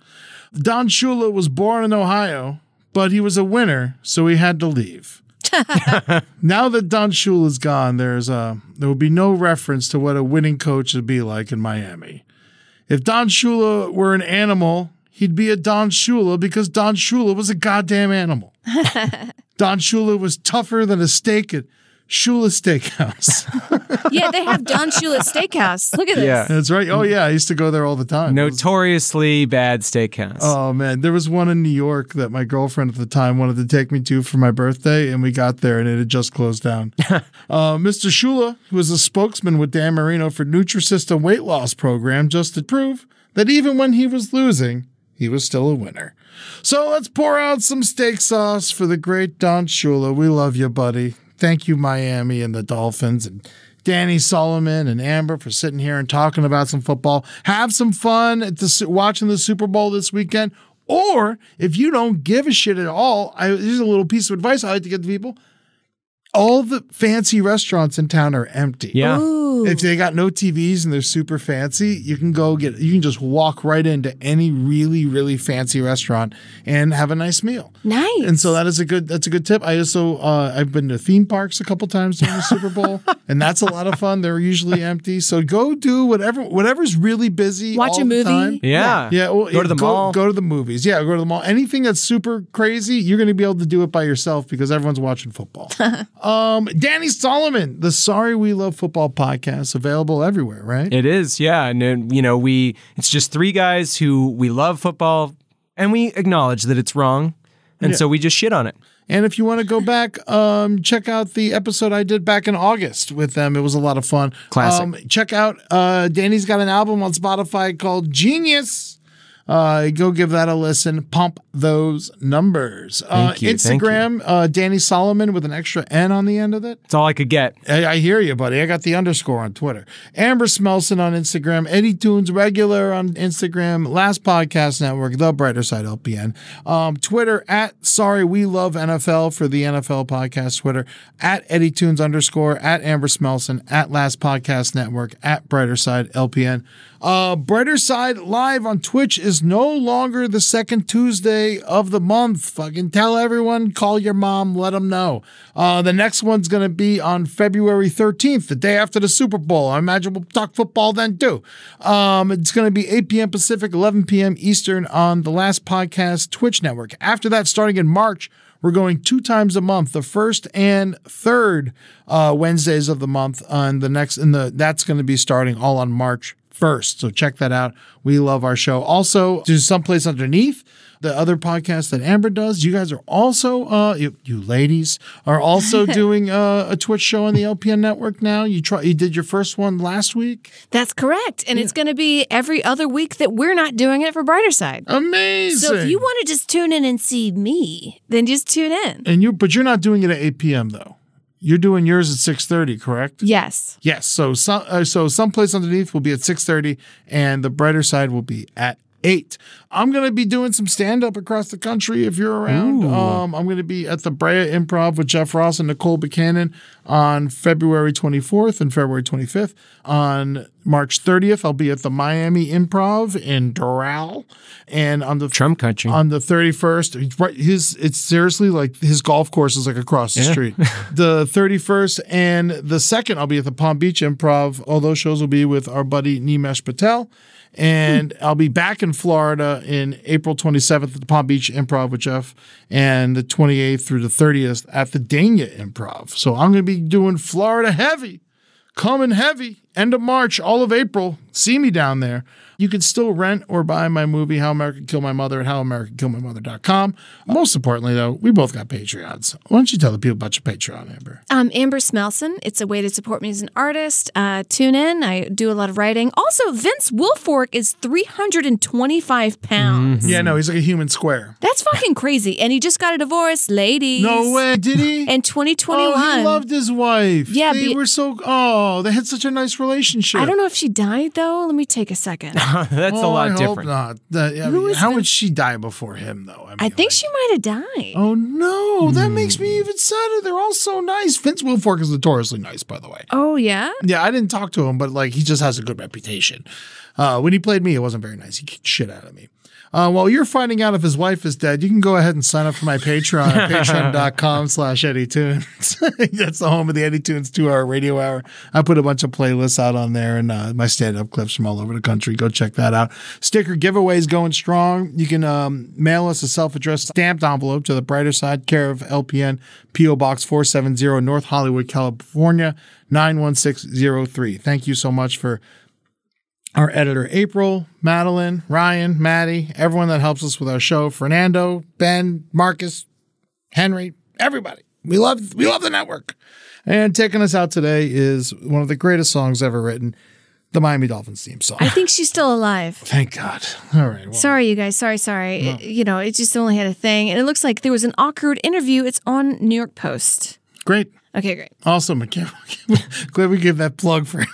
S6: Don Shula was born in Ohio, but he was a winner, so he had to leave. now that Don Shula is gone, there's uh there will be no reference to what a winning coach would be like in Miami. If Don Shula were an animal, he'd be a Don Shula because Don Shula was a goddamn animal. Don Shula was tougher than a steak at Shula Steakhouse.
S9: yeah, they have Don Shula Steakhouse. Look at this.
S8: Yeah.
S6: That's right. Oh yeah, I used to go there all the time. It was-
S8: Notoriously bad steakhouse.
S6: Oh man, there was one in New York that my girlfriend at the time wanted to take me to for my birthday, and we got there and it had just closed down. uh, Mr. Shula, who was a spokesman with Dan Marino for Nutrisystem weight loss program, just to prove that even when he was losing, he was still a winner. So let's pour out some steak sauce for the great Don Shula. We love you, buddy. Thank you, Miami and the Dolphins and Danny Solomon and Amber for sitting here and talking about some football. Have some fun at the, Su- watching the Super Bowl this weekend. Or if you don't give a shit at all, I, here's a little piece of advice I like to give to people. All the fancy restaurants in town are empty.
S8: yeah.
S6: If they got no TVs and they're super fancy, you can go get you can just walk right into any really really fancy restaurant and have a nice meal.
S9: Nice.
S6: And so that is a good that's a good tip. I also uh, I've been to theme parks a couple times during the Super Bowl, and that's a lot of fun. They're usually empty, so go do whatever whatever's really busy.
S9: Watch
S6: all
S9: a
S6: the
S9: movie.
S6: time.
S8: Yeah.
S6: Yeah, well,
S8: Go to the
S6: go,
S8: mall.
S6: Go to the movies. Yeah, go to the mall. Anything that's super crazy, you're going to be able to do it by yourself because everyone's watching football. um, Danny Solomon, the Sorry We Love Football podcast, available everywhere, right?
S8: It is, yeah. And uh, you know, we it's just three guys who we love football and we acknowledge that it's wrong. And so we just shit on it.
S6: And if you want to go back, um, check out the episode I did back in August with them. It was a lot of fun.
S8: Classic.
S6: Um, check out uh, Danny's got an album on Spotify called Genius. Uh, go give that a listen. Pump those numbers.
S8: Thank you,
S6: uh,
S8: thank you.
S6: Instagram, Uh, Danny Solomon with an extra N on the end of it.
S8: It's all I could get.
S6: I, I hear you, buddy. I got the underscore on Twitter. Amber Smelson on Instagram. Eddie Tunes regular on Instagram. Last Podcast Network. The Brighter Side LPN. Um, Twitter at Sorry We Love NFL for the NFL Podcast Twitter. At Eddie Tunes underscore. At Amber Smelson. At Last Podcast Network. At Brighter Side LPN. Uh, Brighter Side Live on Twitch is no longer the second Tuesday of the month. Fucking tell everyone, call your mom, let them know. Uh, the next one's going to be on February 13th, the day after the Super Bowl. I imagine we'll talk football then too. Um, it's going to be 8 p.m. Pacific, 11 p.m. Eastern on the Last Podcast Twitch network. After that, starting in March, we're going two times a month, the first and third uh, Wednesdays of the month. On the next, and the that's going to be starting all on March first. So check that out. We love our show. Also, to someplace underneath the other podcast that Amber does. You guys are also, uh, you, you ladies are also doing uh, a Twitch show on the LPN network now. You try, you did your first one last week.
S9: That's correct. And it's going to be every other week that we're not doing it for Brighter Side.
S6: Amazing.
S9: So if you want to just tune in and see me, then just tune in.
S6: And you, but you're not doing it at 8 p.m. though. You're doing yours at 6:30, correct?
S9: Yes.
S6: Yes. So some, uh, so someplace underneath will be at 6:30, and the brighter side will be at eight. I'm gonna be doing some stand up across the country if you're around.
S12: Ooh.
S6: Um, I'm gonna be at the Brea Improv with Jeff Ross and Nicole Buchanan on February 24th and February 25th. On March 30th, I'll be at the Miami Improv in Doral, and on the
S8: Trump country
S6: on the 31st. it's Right, his it's seriously like his golf course is like across the
S8: Yeah.
S6: street. the 31st and the 2nd, I'll be at the Palm Beach Improv. All those shows will be with our buddy Nimesh Patel. And I'll be back in Florida in April 27th at the Palm Beach Improv with Jeff and the 28th through the 30th at the Dania Improv. So I'm going to be doing Florida heavy coming heavy. End of March, all of April. See me down there. You can still rent or buy my movie, How America Killed My Mother, at howamericakilledmymother.com. Most importantly, though, we both got Patreons. Why don't you tell the people about your Patreon, Amber?
S9: Um, Amber Smelson. It's a way to support me as an artist. Uh, tune in. I do a lot of writing. Also, Vince Wilfork is 325 pounds.
S6: Yeah, no, he's like a human square.
S9: That's fucking crazy. And he just got a divorce, ladies.
S6: No way, did he?
S9: In 2021.
S6: Oh, he loved his wife.
S9: Yeah,
S6: they
S9: be-
S6: were so. Oh, they had such a nice relationship.
S9: I don't know if she died, though. Let me take a second.
S8: That's
S6: Oh,
S8: a lot
S6: I hope
S8: different.
S6: not. That- I
S9: Who
S6: mean,
S9: is
S6: how
S9: Vin-
S6: would she die before him, though? I,
S9: think she might have died.
S6: Oh no, that makes
S8: Hmm.
S6: me even sadder. They're all so nice. Vince Wilfork is notoriously nice, by the way.
S9: Oh yeah.
S6: Yeah, I didn't talk to him, but like he just has a good reputation. Uh, when he played me, it wasn't very nice. He kicked shit out of me. Uh, while you're finding out if his wife is dead, you can go ahead and sign up for my Patreon at patreon.com slash Eddie Tunes. That's the home of the Eddie Tunes two hour radio hour. I put a bunch of playlists out on there and uh, my stand up clips from all over the country. Go check that out. Sticker giveaways going strong. You can um, mail us a self addressed stamped envelope to the brighter side, care of LPN, P.O. Box 470, North Hollywood, California, 91603. Thank you so much for our editor April, Madeline, Ryan, Maddie, everyone that helps us with our show, Fernando, Ben, Marcus, Henry, everybody. We love we love the network. And taking us out today is one of the greatest songs ever written, the Miami Dolphins theme song.
S9: I think she's still alive.
S6: Thank God. All right.
S9: sorry, you guys. Sorry, sorry. It- you know, it just only had a thing, and it looks like there was an awkward interview. It's on New York Post.
S6: Great.
S9: Okay, great.
S6: Awesome. I can't- Glad we gave that plug for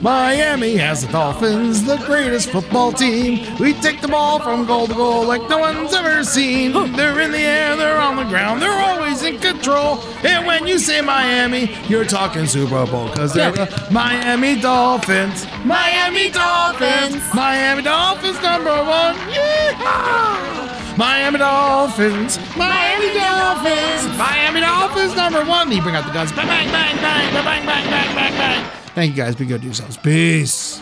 S6: Miami has the Dolphins, the greatest football team. We take the ball from goal to goal like no one's ever seen. They're in the air, they're on the ground, they're always in control. And when you say Miami, you're talking Super Bowl because they're the Miami Dolphins. Miami Dolphins. Miami Dolphins number one. Yeehaw! Miami Dolphins. Miami Dolphins. Miami Dolphins number one. You bring out the guns. Bang, bang, bang, bang, bang, bang, bang, bang, bang, bang. Thank you guys. Be good to yourselves. Peace.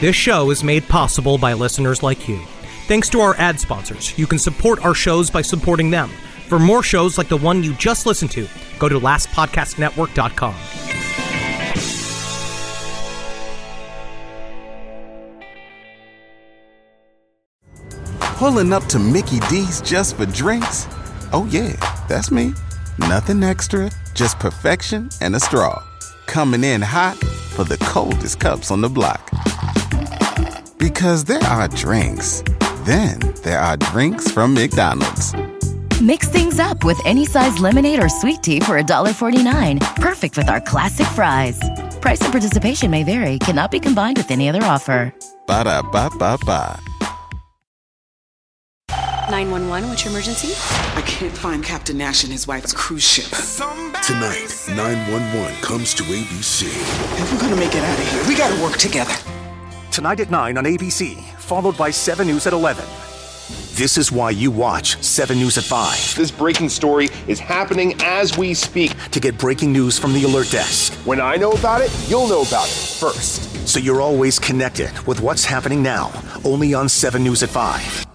S13: This show is made possible by listeners like you. Thanks to our ad sponsors, you can support our shows by supporting them. For more shows like the one you just listened to, go to lastpodcastnetwork.com.
S10: Pulling up to Mickey D's just for drinks? Oh, yeah, that's me. Nothing extra, just perfection and a straw. Coming in hot for the coldest cups on the block. Because there are drinks, then there are drinks from McDonald's.
S11: Mix things up with any size lemonade or sweet tea for $1.49. Perfect with our classic fries.
S9: Price and participation may vary, cannot be combined with any other offer.
S10: Ba da ba ba ba.
S1: 911, what's your emergency?
S2: I can't find Captain Nash and his wife's cruise ship.
S14: Tonight, 911 comes to ABC.
S2: If we're gonna make it out of here, we gotta work together.
S4: Tonight at 9 on ABC, followed by 7 News at 11. This is why you watch 7 News at 5.
S6: This breaking story is happening as we speak.
S4: To get breaking news from the alert desk.
S6: When I know about it, you'll know about it first.
S4: So you're always connected with what's happening now, only on 7 News at 5.